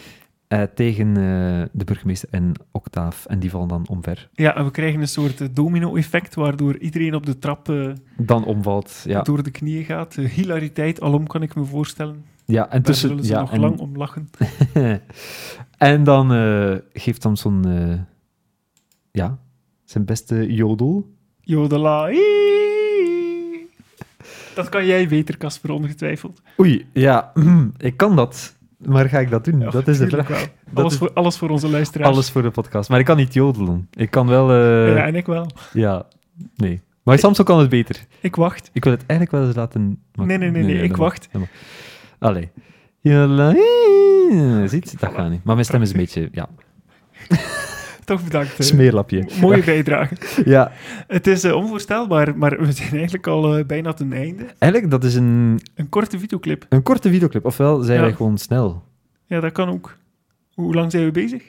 [SPEAKER 1] eh, tegen eh, de burgemeester en Octaaf. En die vallen dan omver.
[SPEAKER 2] Ja, en we krijgen een soort eh, domino-effect, waardoor iedereen op de trap eh,
[SPEAKER 1] Dan omvalt, ja.
[SPEAKER 2] door de knieën gaat. Eh, hilariteit, alom kan ik me voorstellen.
[SPEAKER 1] ja en
[SPEAKER 2] Daar
[SPEAKER 1] tussen,
[SPEAKER 2] zullen ze
[SPEAKER 1] ja,
[SPEAKER 2] nog
[SPEAKER 1] en-
[SPEAKER 2] lang om lachen.
[SPEAKER 1] [LAUGHS] en dan eh, geeft Samson eh, ja, zijn beste jodel.
[SPEAKER 2] Jodela. Dat kan jij beter, Casper, ongetwijfeld.
[SPEAKER 1] Oei, ja, [CLEARS THROAT] ik kan dat. Maar ga ik dat doen?
[SPEAKER 2] Ja,
[SPEAKER 1] dat is de
[SPEAKER 2] tuurlijk
[SPEAKER 1] vraag.
[SPEAKER 2] wel.
[SPEAKER 1] Dat
[SPEAKER 2] Alles,
[SPEAKER 1] is-
[SPEAKER 2] voor, alles voor onze luisteraars.
[SPEAKER 1] Alles voor de podcast. Maar ik kan niet jodelen. Ik kan wel... eh,
[SPEAKER 2] Ja,
[SPEAKER 1] ja.
[SPEAKER 2] en ik wel.
[SPEAKER 1] nee. Maar Samson kan het beter.
[SPEAKER 2] Ik wacht.
[SPEAKER 1] Ik wil het eigenlijk wel eens laten... maar-
[SPEAKER 2] Nee, nee, nee, nee, ik
[SPEAKER 1] dat mag-
[SPEAKER 2] wacht.
[SPEAKER 1] dat mag. Allee. Jodela- Ziet, dat gaat niet. Maar mijn stem is een beetje, ja,
[SPEAKER 2] Toch bedankt. eh.
[SPEAKER 1] smeerlapje.
[SPEAKER 2] M- Mooie bijdrage.
[SPEAKER 1] Ja,
[SPEAKER 2] Het is eh, onvoorstelbaar, maar we zijn eigenlijk al eh, bijna ten einde.
[SPEAKER 1] eigenlijk, dat is een,
[SPEAKER 2] Een korte videoclip.
[SPEAKER 1] een korte videoclip. Ofwel zijn
[SPEAKER 2] Ja.
[SPEAKER 1] wij gewoon snel.
[SPEAKER 2] Ja, dat kan ook. Hoe lang zijn we bezig?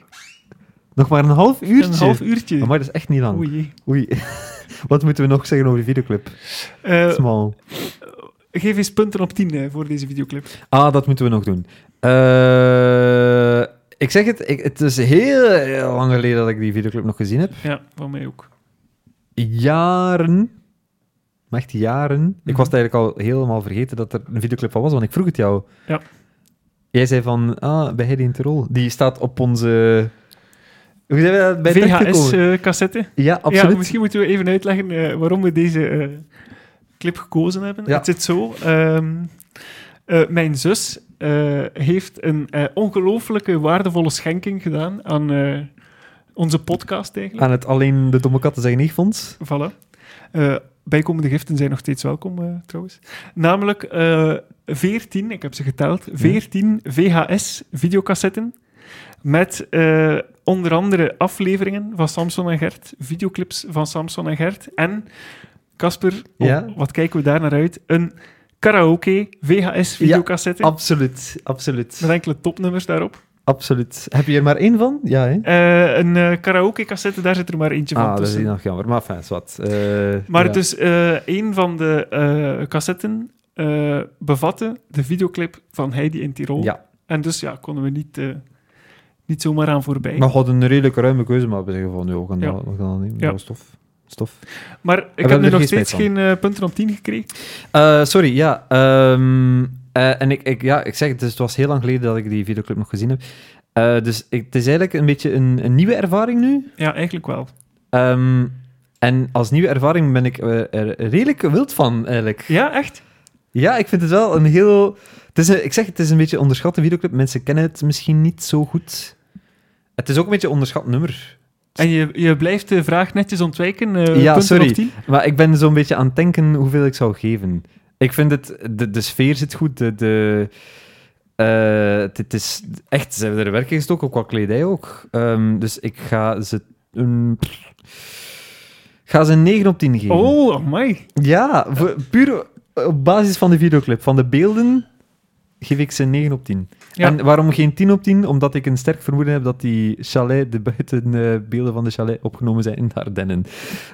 [SPEAKER 1] Nog maar een half uurtje.
[SPEAKER 2] Een half uurtje.
[SPEAKER 1] Maar dat is echt niet lang. Oei. [LAUGHS]
[SPEAKER 2] Oei. jee.
[SPEAKER 1] Wat moeten we nog zeggen over de videoclip?
[SPEAKER 2] Eh,
[SPEAKER 1] Small.
[SPEAKER 2] geef eens punten op 10 voor deze videoclip.
[SPEAKER 1] Ah, dat moeten we nog doen. Eh, ik zeg het, ik, het is heel, heel lang geleden dat ik die videoclip nog gezien heb.
[SPEAKER 2] Ja, van mij ook.
[SPEAKER 1] Jaren. Maar echt jaren. Ik
[SPEAKER 2] Mhm.
[SPEAKER 1] was het eigenlijk al helemaal vergeten dat er een videoclip van was, want ik vroeg het jou.
[SPEAKER 2] Ja.
[SPEAKER 1] Jij zei van, ah, bij Heidi in Tirol. Die staat op onze... Hoe zijn we dat bij terechtgekomen?
[SPEAKER 2] VHS-cassette.
[SPEAKER 1] ja,
[SPEAKER 2] eh, Ja,
[SPEAKER 1] absoluut.
[SPEAKER 2] misschien moeten we even uitleggen eh, waarom we deze eh, clip gekozen hebben.
[SPEAKER 1] Ja.
[SPEAKER 2] Het zit zo. ehm, eh, mijn zus eh, heeft een eh ongelooflijke waardevolle schenking gedaan aan eh, onze podcast eigenlijk.
[SPEAKER 1] Aan het alleen de domme katten zeggen niet fonds.
[SPEAKER 2] Voilà. Eh, bijkomende giften zijn nog steeds welkom eh, trouwens. Namelijk eh 14, ik heb ze geteld, 14 VHS-videocassetten met eh, onder andere afleveringen van Samson en Gert, videoclips van Samson en Gert en Casper, oh,
[SPEAKER 1] Ja?
[SPEAKER 2] wat kijken we daar naar uit? Een karaoke VHS-videocassette
[SPEAKER 1] Absoluut, absoluut.
[SPEAKER 2] met enkele topnummers daarop.
[SPEAKER 1] Absoluut. Heb je er maar één van? Ja, hè?
[SPEAKER 2] Eh, een eh, karaoke-cassette, daar zit er maar eentje van
[SPEAKER 1] Ah, dat is
[SPEAKER 2] tussen.
[SPEAKER 1] nog jammer. Maar fijn, wat. Eh
[SPEAKER 2] Maar
[SPEAKER 1] ja.
[SPEAKER 2] dus eh een van de eh, cassetten eh, bevatte de videoclip van Heidi in Tirol.
[SPEAKER 1] Ja,
[SPEAKER 2] En dus ja, konden we niet, eh, niet zomaar aan voorbij.
[SPEAKER 1] maar we hadden een redelijk ruime keuze, maar we zeggen van, joh, we gaan
[SPEAKER 2] Ja.
[SPEAKER 1] dat, we gaan dat nemen.
[SPEAKER 2] Ja.
[SPEAKER 1] Ja. Stof. Stof.
[SPEAKER 2] Maar ik
[SPEAKER 1] hebben
[SPEAKER 2] heb nu
[SPEAKER 1] er
[SPEAKER 2] nog
[SPEAKER 1] geen
[SPEAKER 2] steeds
[SPEAKER 1] spijt
[SPEAKER 2] geen eh, punten op 10 gekregen.
[SPEAKER 1] Eh, sorry, ja. ehm, eh, en ik, ik, ja, ik zeg het, dus het was heel lang geleden dat ik die videoclip nog gezien heb. Eh, dus ik, het is eigenlijk een beetje een, een nieuwe ervaring nu.
[SPEAKER 2] Ja, eigenlijk wel.
[SPEAKER 1] Ehm, en als nieuwe ervaring ben ik eh, er redelijk wild van, eigenlijk.
[SPEAKER 2] Ja, echt?
[SPEAKER 1] Ja, ik vind het wel een heel. Het is een- ik zeg, het is een beetje een onderschatte videoclip. Mensen kennen het misschien niet zo goed. Het is ook een beetje een onderschat nummer.
[SPEAKER 2] En je, je blijft de vraag netjes ontwijken. eh,
[SPEAKER 1] Ja,
[SPEAKER 2] punten
[SPEAKER 1] sorry.
[SPEAKER 2] op 10.
[SPEAKER 1] Maar ik ben zo'n beetje aan het denken hoeveel ik zou geven. Ik vind het. De, de sfeer zit goed. De, de, Eh, het het is echt, ze hebben er werk in gestoken, ook qua kledij ook. Ehm, dus ik ga ze een... ik ga ze een 9 op 10 geven.
[SPEAKER 2] Oh, amai.
[SPEAKER 1] Ja, voor- puur op basis van de videoclip, van de beelden, geef ik ze een 9 op 10.
[SPEAKER 2] Ja.
[SPEAKER 1] En waarom geen 10 op 10? Omdat ik een sterk vermoeden heb dat die chalet, de buitenbeelden van de chalet, opgenomen zijn in de Ardennen.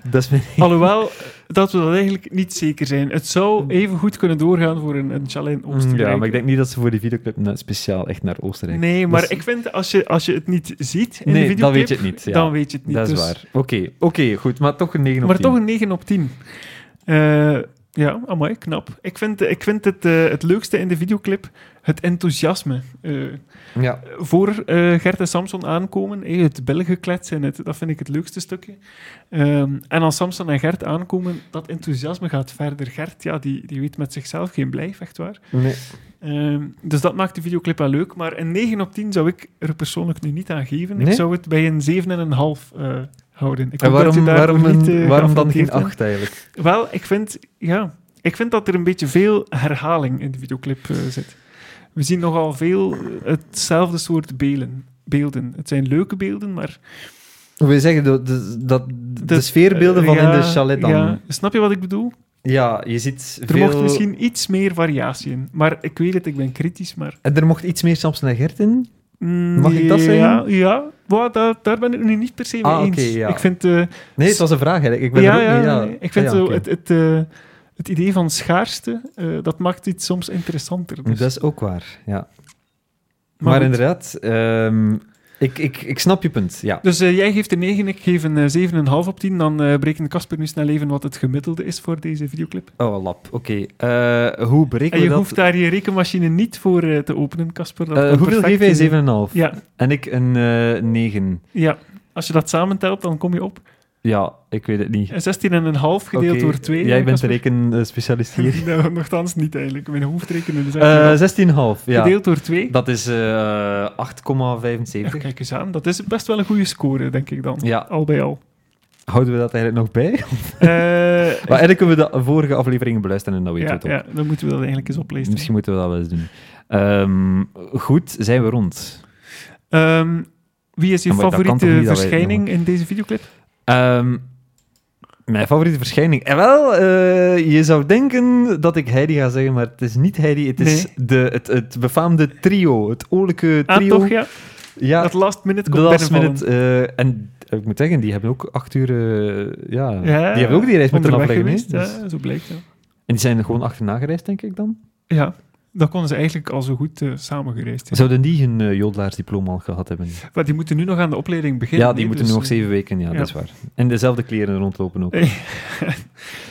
[SPEAKER 1] Dat is mijn...
[SPEAKER 2] Alhoewel dat we dat eigenlijk niet zeker zijn. Het zou even goed kunnen doorgaan voor een, een challenge in Oostenrijk.
[SPEAKER 1] Mm, Ja, maar ik denk niet dat ze voor die videoclip nou speciaal echt naar Oostenrijk...
[SPEAKER 2] Nee, maar
[SPEAKER 1] Dus-
[SPEAKER 2] ik vind als je, als je het niet ziet in de
[SPEAKER 1] Nee, dan
[SPEAKER 2] videoclip,
[SPEAKER 1] weet je het niet. Ja.
[SPEAKER 2] dan weet je het niet.
[SPEAKER 1] dat is
[SPEAKER 2] Dus-
[SPEAKER 1] waar. Oké, oké, goed, maar toch een 9 op
[SPEAKER 2] Maar
[SPEAKER 1] 10.
[SPEAKER 2] toch een 9 op 10. Eh, ja, amai, knap. Ik vind, ik vind het, eh, het leukste in de videoclip het enthousiasme. Eh,
[SPEAKER 1] Ja.
[SPEAKER 2] voor eh Gert en Samson aankomen, eh, het bellengeklets en het, dat vind ik het leukste stukje. Ehm, en als Samson en Gert aankomen, dat enthousiasme gaat verder. Gert, ja, die, die weet met zichzelf geen blijf, echt waar.
[SPEAKER 1] Nee.
[SPEAKER 2] Ehm, dus dat maakt de videoclip wel leuk. Maar een 9 op 10 zou ik er persoonlijk nu niet aan geven. Ik
[SPEAKER 1] Nee?
[SPEAKER 2] zou het bij een 7,5 eh houden. Ik
[SPEAKER 1] En
[SPEAKER 2] hoop dat je
[SPEAKER 1] waarom,
[SPEAKER 2] daardoor
[SPEAKER 1] waarom, een-
[SPEAKER 2] niet, eh,
[SPEAKER 1] waarom dan
[SPEAKER 2] geaffronteerd
[SPEAKER 1] geen
[SPEAKER 2] bent.
[SPEAKER 1] 8 eigenlijk?
[SPEAKER 2] Wel, ik vind, ja, ik vind dat er een beetje veel herhaling in de videoclip eh, zit. We zien nogal veel eh, hetzelfde soort beelden. beelden. Het zijn leuke beelden, maar...
[SPEAKER 1] We zeggen dat de, dat, de,
[SPEAKER 2] dat-
[SPEAKER 1] sfeerbeelden van
[SPEAKER 2] Dus, eh, ja,
[SPEAKER 1] in de chalet dan.
[SPEAKER 2] ja. snap je wat ik bedoel?
[SPEAKER 1] Ja, je ziet
[SPEAKER 2] Er
[SPEAKER 1] veel...
[SPEAKER 2] mocht misschien iets meer variatie in. Maar ik weet het, ik ben kritisch, maar...
[SPEAKER 1] En Eh, er mocht iets meer Samson en Gert in.
[SPEAKER 2] Mm,
[SPEAKER 1] Mag ik dat
[SPEAKER 2] ja,
[SPEAKER 1] zeggen?
[SPEAKER 2] Ja, Wel, daar, daar ben ik het nu niet per se mee
[SPEAKER 1] Ah, oké,
[SPEAKER 2] eens.
[SPEAKER 1] ja.
[SPEAKER 2] Ik vind... eh,
[SPEAKER 1] Nee, het was een vraag eigenlijk. Ik ben er
[SPEAKER 2] ja,
[SPEAKER 1] ook
[SPEAKER 2] ja,
[SPEAKER 1] niet... Ja.
[SPEAKER 2] nee, ik vind
[SPEAKER 1] Ah, ja,
[SPEAKER 2] zo
[SPEAKER 1] oké.
[SPEAKER 2] het, het, eh, het idee van schaarste, eh, dat maakt iets soms interessanter. Dus.
[SPEAKER 1] Dat is ook waar, ja.
[SPEAKER 2] Maar
[SPEAKER 1] Maar,
[SPEAKER 2] goed.
[SPEAKER 1] inderdaad, ehm, ik, ik, ik snap je punt, ja.
[SPEAKER 2] Dus eh, jij geeft een 9, ik geef een eh, 7,5 op 10. Dan eh berekent Casper nu snel even wat het gemiddelde is voor deze videoclip.
[SPEAKER 1] Oh, lap, oké. Eh, hoe breken
[SPEAKER 2] en
[SPEAKER 1] we
[SPEAKER 2] je
[SPEAKER 1] dat?
[SPEAKER 2] hoeft daar je rekenmachine niet voor eh, te openen, Casper. dat
[SPEAKER 1] Eh,
[SPEAKER 2] kan
[SPEAKER 1] hoeveel
[SPEAKER 2] perfect
[SPEAKER 1] geef
[SPEAKER 2] in-
[SPEAKER 1] jij? 7,5.
[SPEAKER 2] Ja,
[SPEAKER 1] En ik een eh 9.
[SPEAKER 2] ja, als je dat samentelt, dan kom je op.
[SPEAKER 1] Ja, ik weet het niet.
[SPEAKER 2] En 16,5 gedeeld
[SPEAKER 1] Oké,
[SPEAKER 2] door 2.
[SPEAKER 1] Jij bent de
[SPEAKER 2] [LAUGHS]
[SPEAKER 1] rekenspecialist hier.
[SPEAKER 2] Nou, nogthans niet eigenlijk. Mijn hoofdrekenen is echt
[SPEAKER 1] Eh,
[SPEAKER 2] wel-
[SPEAKER 1] 16,5, ja.
[SPEAKER 2] gedeeld door 2.
[SPEAKER 1] Dat is eh, 8,75.
[SPEAKER 2] Ja, kijk eens aan, dat is best wel een goede score, denk ik dan.
[SPEAKER 1] Ja.
[SPEAKER 2] Al bij
[SPEAKER 1] [LAUGHS]
[SPEAKER 2] al.
[SPEAKER 1] Houden we dat eigenlijk nog
[SPEAKER 2] [LAUGHS]
[SPEAKER 1] bij?
[SPEAKER 2] Eh,
[SPEAKER 1] Maar eigenlijk kunnen we de vorige afleveringen beluisteren en dan weten we
[SPEAKER 2] ja,
[SPEAKER 1] het ook.
[SPEAKER 2] ja, dan moeten we dat eigenlijk eens oplezen.
[SPEAKER 1] Misschien moeten we dat wel eens doen. Ehm, goed, zijn we rond.
[SPEAKER 2] Ehm, wie is je
[SPEAKER 1] Ja, maar dat kan
[SPEAKER 2] favoriete
[SPEAKER 1] toch niet dat wij-
[SPEAKER 2] verschijning in deze videoclip?
[SPEAKER 1] Ehm, mijn favoriete verschijning. En wel, eh, je zou denken dat ik Heidi ga zeggen, maar het is niet Heidi. Het is de, het, het befaamde trio. Het oorlijke
[SPEAKER 2] Ah,
[SPEAKER 1] trio.
[SPEAKER 2] toch, ja.
[SPEAKER 1] ja,
[SPEAKER 2] dat last minute
[SPEAKER 1] de
[SPEAKER 2] komt
[SPEAKER 1] last
[SPEAKER 2] binnenvallen.
[SPEAKER 1] minute. eh, en ik moet zeggen, die hebben ook acht uur... eh, ja,
[SPEAKER 2] Ja,
[SPEAKER 1] die hebben ook die reis moeten
[SPEAKER 2] onderweg
[SPEAKER 1] afleggen. hè.
[SPEAKER 2] geweest,
[SPEAKER 1] Dus-
[SPEAKER 2] ja, zo blijkt, ja.
[SPEAKER 1] En die zijn er gewoon achterna gereisd, denk ik dan.
[SPEAKER 2] Ja, dat konden ze eigenlijk al zo goed eh, samengereisd hebben.
[SPEAKER 1] Zouden die hun eh, jodelaarsdiploma al gehad hebben?
[SPEAKER 2] Maar die moeten nu nog aan de opleiding beginnen.
[SPEAKER 1] Ja, die
[SPEAKER 2] hè,
[SPEAKER 1] moeten
[SPEAKER 2] dus,
[SPEAKER 1] nog
[SPEAKER 2] eh,
[SPEAKER 1] zeven weken, ja,
[SPEAKER 2] ja.
[SPEAKER 1] dat is waar. En dezelfde kleren rondlopen ook.
[SPEAKER 2] [LAUGHS]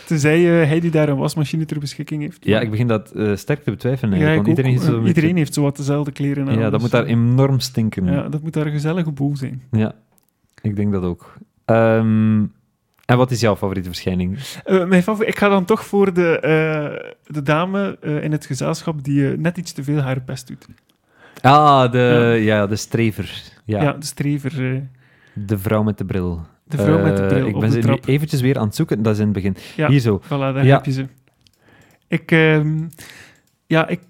[SPEAKER 2] Tenzij eh, hij die daar een wasmachine ter beschikking heeft.
[SPEAKER 1] Ja, ik begin dat eh, sterk te betwijfelen.
[SPEAKER 2] Ja, ik
[SPEAKER 1] eigenlijk,
[SPEAKER 2] ook.
[SPEAKER 1] want iedereen, is
[SPEAKER 2] Eh,
[SPEAKER 1] zo met-
[SPEAKER 2] iedereen heeft zowat dezelfde kleren aan.
[SPEAKER 1] Ja, dat
[SPEAKER 2] dus,
[SPEAKER 1] moet daar
[SPEAKER 2] eh,
[SPEAKER 1] enorm stinken. Ja,
[SPEAKER 2] Ja, dat moet daar een gezellige boel zijn.
[SPEAKER 1] ik denk dat ook. Ehm, en wat is jouw favoriete verschijning?
[SPEAKER 2] Eh, mijn favor- ik ga dan toch voor de, eh, de dame eh, in het gezelschap die eh, net iets te veel haar best doet.
[SPEAKER 1] Ah, de,
[SPEAKER 2] Ja.
[SPEAKER 1] ja. de strever. Ja,
[SPEAKER 2] Ja, de strever, eh,
[SPEAKER 1] de vrouw met de bril.
[SPEAKER 2] de vrouw met de
[SPEAKER 1] Eh,
[SPEAKER 2] bril
[SPEAKER 1] Ik
[SPEAKER 2] op
[SPEAKER 1] ben
[SPEAKER 2] de
[SPEAKER 1] ze nu
[SPEAKER 2] trap.
[SPEAKER 1] eventjes weer aan het zoeken. Dat is in het begin.
[SPEAKER 2] Ja.
[SPEAKER 1] Hier zo.
[SPEAKER 2] Voilà, daar
[SPEAKER 1] Ja.
[SPEAKER 2] heb je ze. Ik, ehm, ja, ik,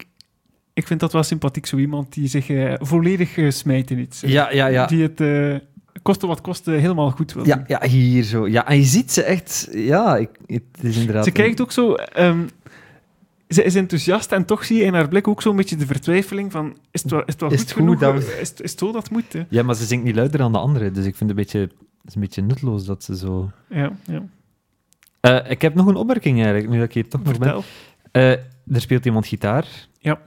[SPEAKER 2] ik vind dat wel sympathiek, zo iemand die zich eh, volledig eh, smijt in iets.
[SPEAKER 1] Ja, ja, ja.
[SPEAKER 2] Die het eh, koste wat koste helemaal goed wil
[SPEAKER 1] Ja,
[SPEAKER 2] doen.
[SPEAKER 1] ja, hier zo. Ja, en je ziet ze echt... Ja, ik, het is inderdaad...
[SPEAKER 2] Ze kijkt ook zo... ehm, ze is enthousiast en toch zie je in haar blik ook zo'n beetje de vertwijfeling van... Is het wel, is het wel
[SPEAKER 1] Is
[SPEAKER 2] goed
[SPEAKER 1] het goed
[SPEAKER 2] genoeg?
[SPEAKER 1] dat we-
[SPEAKER 2] Is, het- is het zo dat het moet? hè?
[SPEAKER 1] Ja, maar ze zingt niet luider dan de anderen, dus ik vind het een beetje, het is een beetje nutteloos dat ze zo...
[SPEAKER 2] Ja, ja.
[SPEAKER 1] Eh, ik heb nog een opmerking eigenlijk, nu dat ik hier toch nog ben.
[SPEAKER 2] Vertel.
[SPEAKER 1] Eh, er speelt iemand gitaar.
[SPEAKER 2] Ja.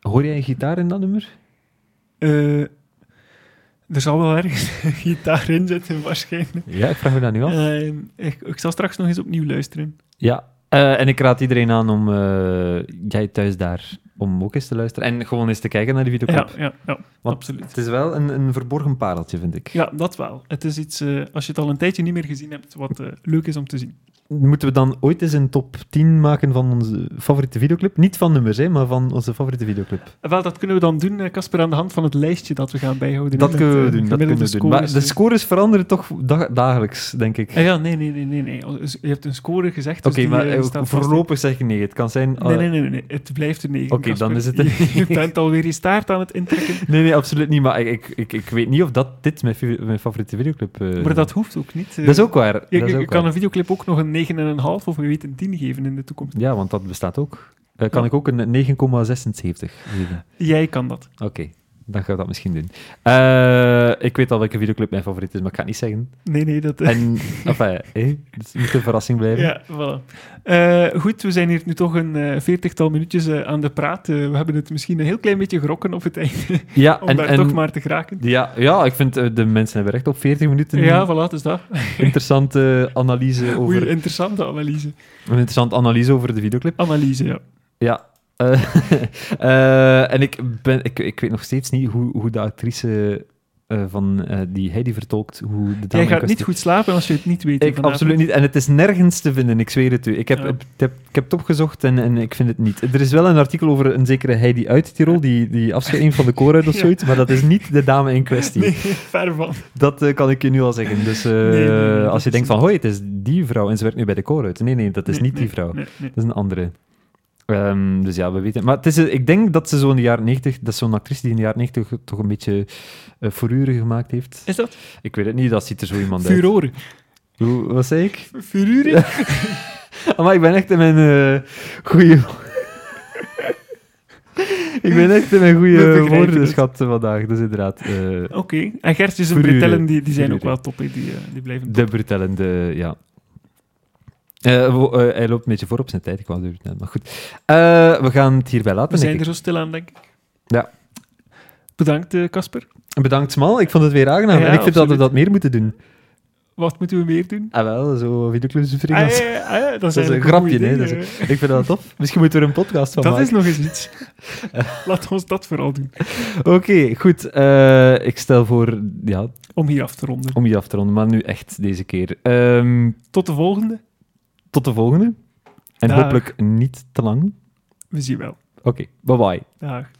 [SPEAKER 1] Hoor jij een gitaar in dat nummer?
[SPEAKER 2] Eh, er zal wel ergens een gitaar in zitten, waarschijnlijk.
[SPEAKER 1] Ja, ik vraag me dat nu af.
[SPEAKER 2] Ehm, ik, ik zal straks nog eens opnieuw luisteren.
[SPEAKER 1] Ja. Eh, en ik raad iedereen aan om, eh, jij thuis daar, om ook eens te luisteren. En gewoon eens te kijken naar de
[SPEAKER 2] Ja,
[SPEAKER 1] videoclip.
[SPEAKER 2] ja, ja
[SPEAKER 1] Want-
[SPEAKER 2] absoluut.
[SPEAKER 1] Het is wel een, een verborgen pareltje, vind ik.
[SPEAKER 2] Ja, dat wel. Het is iets, eh, als je het al een tijdje niet meer gezien hebt, wat eh, leuk is om te zien.
[SPEAKER 1] moeten we dan ooit eens een top 10 maken van onze favoriete videoclip? Niet van nummers, hè, maar van onze favoriete videoclip.
[SPEAKER 2] Eh, Wel, dat kunnen we dan doen, eh, Casper, aan de hand van het lijstje dat we gaan bijhouden.
[SPEAKER 1] Dat
[SPEAKER 2] hè,
[SPEAKER 1] kunnen we
[SPEAKER 2] met, eh,
[SPEAKER 1] doen. Dat kunnen
[SPEAKER 2] gemiddelde
[SPEAKER 1] we doen. Maar
[SPEAKER 2] scores. eh.
[SPEAKER 1] de scores veranderen toch da- dagelijks, denk ik.
[SPEAKER 2] Ah, ja, nee, nee, nee, nee, nee. Dus Je hebt een score gezegd.
[SPEAKER 1] Oké,
[SPEAKER 2] Dus die,
[SPEAKER 1] maar
[SPEAKER 2] eh,
[SPEAKER 1] eh,
[SPEAKER 2] staat vast.
[SPEAKER 1] voorlopig zeg je nee. Het kan zijn... eh,
[SPEAKER 2] Nee, nee, nee, nee, nee. Het blijft een 9.
[SPEAKER 1] Oké, dan is het Eh. een
[SPEAKER 2] [LAUGHS] Je bent alweer je staart aan het intrekken.
[SPEAKER 1] Nee, nee, absoluut niet. Maar ik, ik, ik, ik weet niet of dat dit mijn, fi- mijn favoriete videoclip eh,
[SPEAKER 2] Maar dat hoeft ook niet. eh.
[SPEAKER 1] dat is ook waar.
[SPEAKER 2] Je,
[SPEAKER 1] dat is
[SPEAKER 2] je- je
[SPEAKER 1] ook
[SPEAKER 2] kan
[SPEAKER 1] waar.
[SPEAKER 2] een videoclip ook nog een 9,5 of wie weet een 10 geven in de toekomst.
[SPEAKER 1] Ja, want dat bestaat ook. Eh, kan
[SPEAKER 2] Ja.
[SPEAKER 1] ik ook een 9,76 geven?
[SPEAKER 2] Jij kan dat.
[SPEAKER 1] Oké, dan gaan we dat misschien doen. Eh, ik weet al welke videoclip mijn favoriet is, maar ik ga het niet zeggen.
[SPEAKER 2] Nee, nee, dat... eh, [LAUGHS]
[SPEAKER 1] En, enfin, eh, het moet een verrassing blijven.
[SPEAKER 2] Ja, voilà. Eh, goed, we zijn hier nu toch een eh, veertigtal minuutjes eh, aan de praat. Eh, we hebben het misschien een heel klein beetje gerokken op het einde,
[SPEAKER 1] Ja,
[SPEAKER 2] om
[SPEAKER 1] en,
[SPEAKER 2] daar
[SPEAKER 1] en-
[SPEAKER 2] toch maar te geraken.
[SPEAKER 1] ja, ja, ik vind eh, de mensen hebben recht op 40 minuten.
[SPEAKER 2] Ja, voilà, dus dat.
[SPEAKER 1] Interessante analyse over,
[SPEAKER 2] Oei, interessante analyse.
[SPEAKER 1] een interessante analyse over de videoclip.
[SPEAKER 2] Analyse, ja.
[SPEAKER 1] Ja. eh, [LAUGHS] eh, en ik, ben, ik, ik weet nog steeds niet hoe, hoe de actrice eh, van, eh, die Heidi vertolkt, hoe de dame
[SPEAKER 2] Jij
[SPEAKER 1] in
[SPEAKER 2] gaat
[SPEAKER 1] kwestie-
[SPEAKER 2] niet goed slapen als je het niet weet. hè,
[SPEAKER 1] Ik,
[SPEAKER 2] vanavond.
[SPEAKER 1] absoluut niet. En het is nergens te vinden, ik zweer het u. Ik heb,
[SPEAKER 2] Ja.
[SPEAKER 1] ik, heb, ik heb het opgezocht en, en ik vind het niet. Er is wel een artikel over een zekere Heidi uit Tirol, die, die afscheiding van de koorhuid of
[SPEAKER 2] [LAUGHS] Ja.
[SPEAKER 1] zoiets, maar dat is niet de dame in kwestie.
[SPEAKER 2] Nee, [LAUGHS] ver van.
[SPEAKER 1] Dat eh, kan ik je nu al zeggen.
[SPEAKER 2] [LAUGHS]
[SPEAKER 1] Dus eh,
[SPEAKER 2] nee, nee, dat
[SPEAKER 1] als je
[SPEAKER 2] is
[SPEAKER 1] denkt van,
[SPEAKER 2] niet.
[SPEAKER 1] hoi, het is die vrouw en ze werkt nu bij de koorhuid. Nee, nee, dat is
[SPEAKER 2] Nee,
[SPEAKER 1] niet
[SPEAKER 2] nee,
[SPEAKER 1] die vrouw.
[SPEAKER 2] nee, nee.
[SPEAKER 1] Dat is een andere. Ehm, dus ja, we weten. Maar het is, eh, ik denk dat ze zo in de jaren 90, dat is zo'n actrice die in de jaren 90 toch een beetje eh fururen gemaakt heeft.
[SPEAKER 2] Is dat?
[SPEAKER 1] Ik weet het niet, dat ziet er zo iemand uit.
[SPEAKER 2] Furoren.
[SPEAKER 1] Hoe, wat zei ik?
[SPEAKER 2] Furoren?
[SPEAKER 1] Maar ik ben echt in mijn eh
[SPEAKER 2] [LAUGHS]
[SPEAKER 1] goede. ik ben echt in mijn
[SPEAKER 2] We
[SPEAKER 1] goede
[SPEAKER 2] begrijpen
[SPEAKER 1] woordenschat vandaag. Dus inderdaad,
[SPEAKER 2] [LAUGHS]
[SPEAKER 1] eh,
[SPEAKER 2] Oké. En Gertjes en
[SPEAKER 1] Furoren.
[SPEAKER 2] Bretellen, die, die zijn ook
[SPEAKER 1] Furoren.
[SPEAKER 2] wel top. hè. Die, eh, die blijven
[SPEAKER 1] de brutellende, ja. Eh, wo- eh, hij loopt een beetje voor op zijn tijd, ik wou het net, maar goed. Eh, we gaan het hierbij laten.
[SPEAKER 2] We
[SPEAKER 1] denk
[SPEAKER 2] zijn
[SPEAKER 1] ik.
[SPEAKER 2] er zo stil aan, denk ik.
[SPEAKER 1] Ja.
[SPEAKER 2] Bedankt, eh, Casper.
[SPEAKER 1] Bedankt, Smal. Ik vond het weer aangenaam.
[SPEAKER 2] Ja,
[SPEAKER 1] en ik vind dat
[SPEAKER 2] absoluut.
[SPEAKER 1] we dat meer moeten doen.
[SPEAKER 2] Wat moeten we meer doen?
[SPEAKER 1] Ah, wel, zo videoclubs
[SPEAKER 2] Ah,
[SPEAKER 1] vrienden.
[SPEAKER 2] ja, ja, ja, [LAUGHS] dat, is
[SPEAKER 1] dat is een
[SPEAKER 2] eigenlijk
[SPEAKER 1] grapje,
[SPEAKER 2] goed
[SPEAKER 1] hè?
[SPEAKER 2] idee,
[SPEAKER 1] Dat
[SPEAKER 2] eh.
[SPEAKER 1] is- Ik vind dat tof. Misschien moeten we er een podcast van
[SPEAKER 2] Dat
[SPEAKER 1] maken.
[SPEAKER 2] is nog eens
[SPEAKER 1] [LAUGHS]
[SPEAKER 2] iets. Laat ons dat vooral doen.
[SPEAKER 1] Oké, goed. Eh, ik stel voor ja,
[SPEAKER 2] Om hier af te ronden.
[SPEAKER 1] om je af te ronden, maar nu echt deze keer. Ehm,
[SPEAKER 2] Tot de volgende.
[SPEAKER 1] tot de volgende. En
[SPEAKER 2] Dag.
[SPEAKER 1] hopelijk niet te lang.
[SPEAKER 2] We zien wel.
[SPEAKER 1] Oké, bye bye.
[SPEAKER 2] Dag.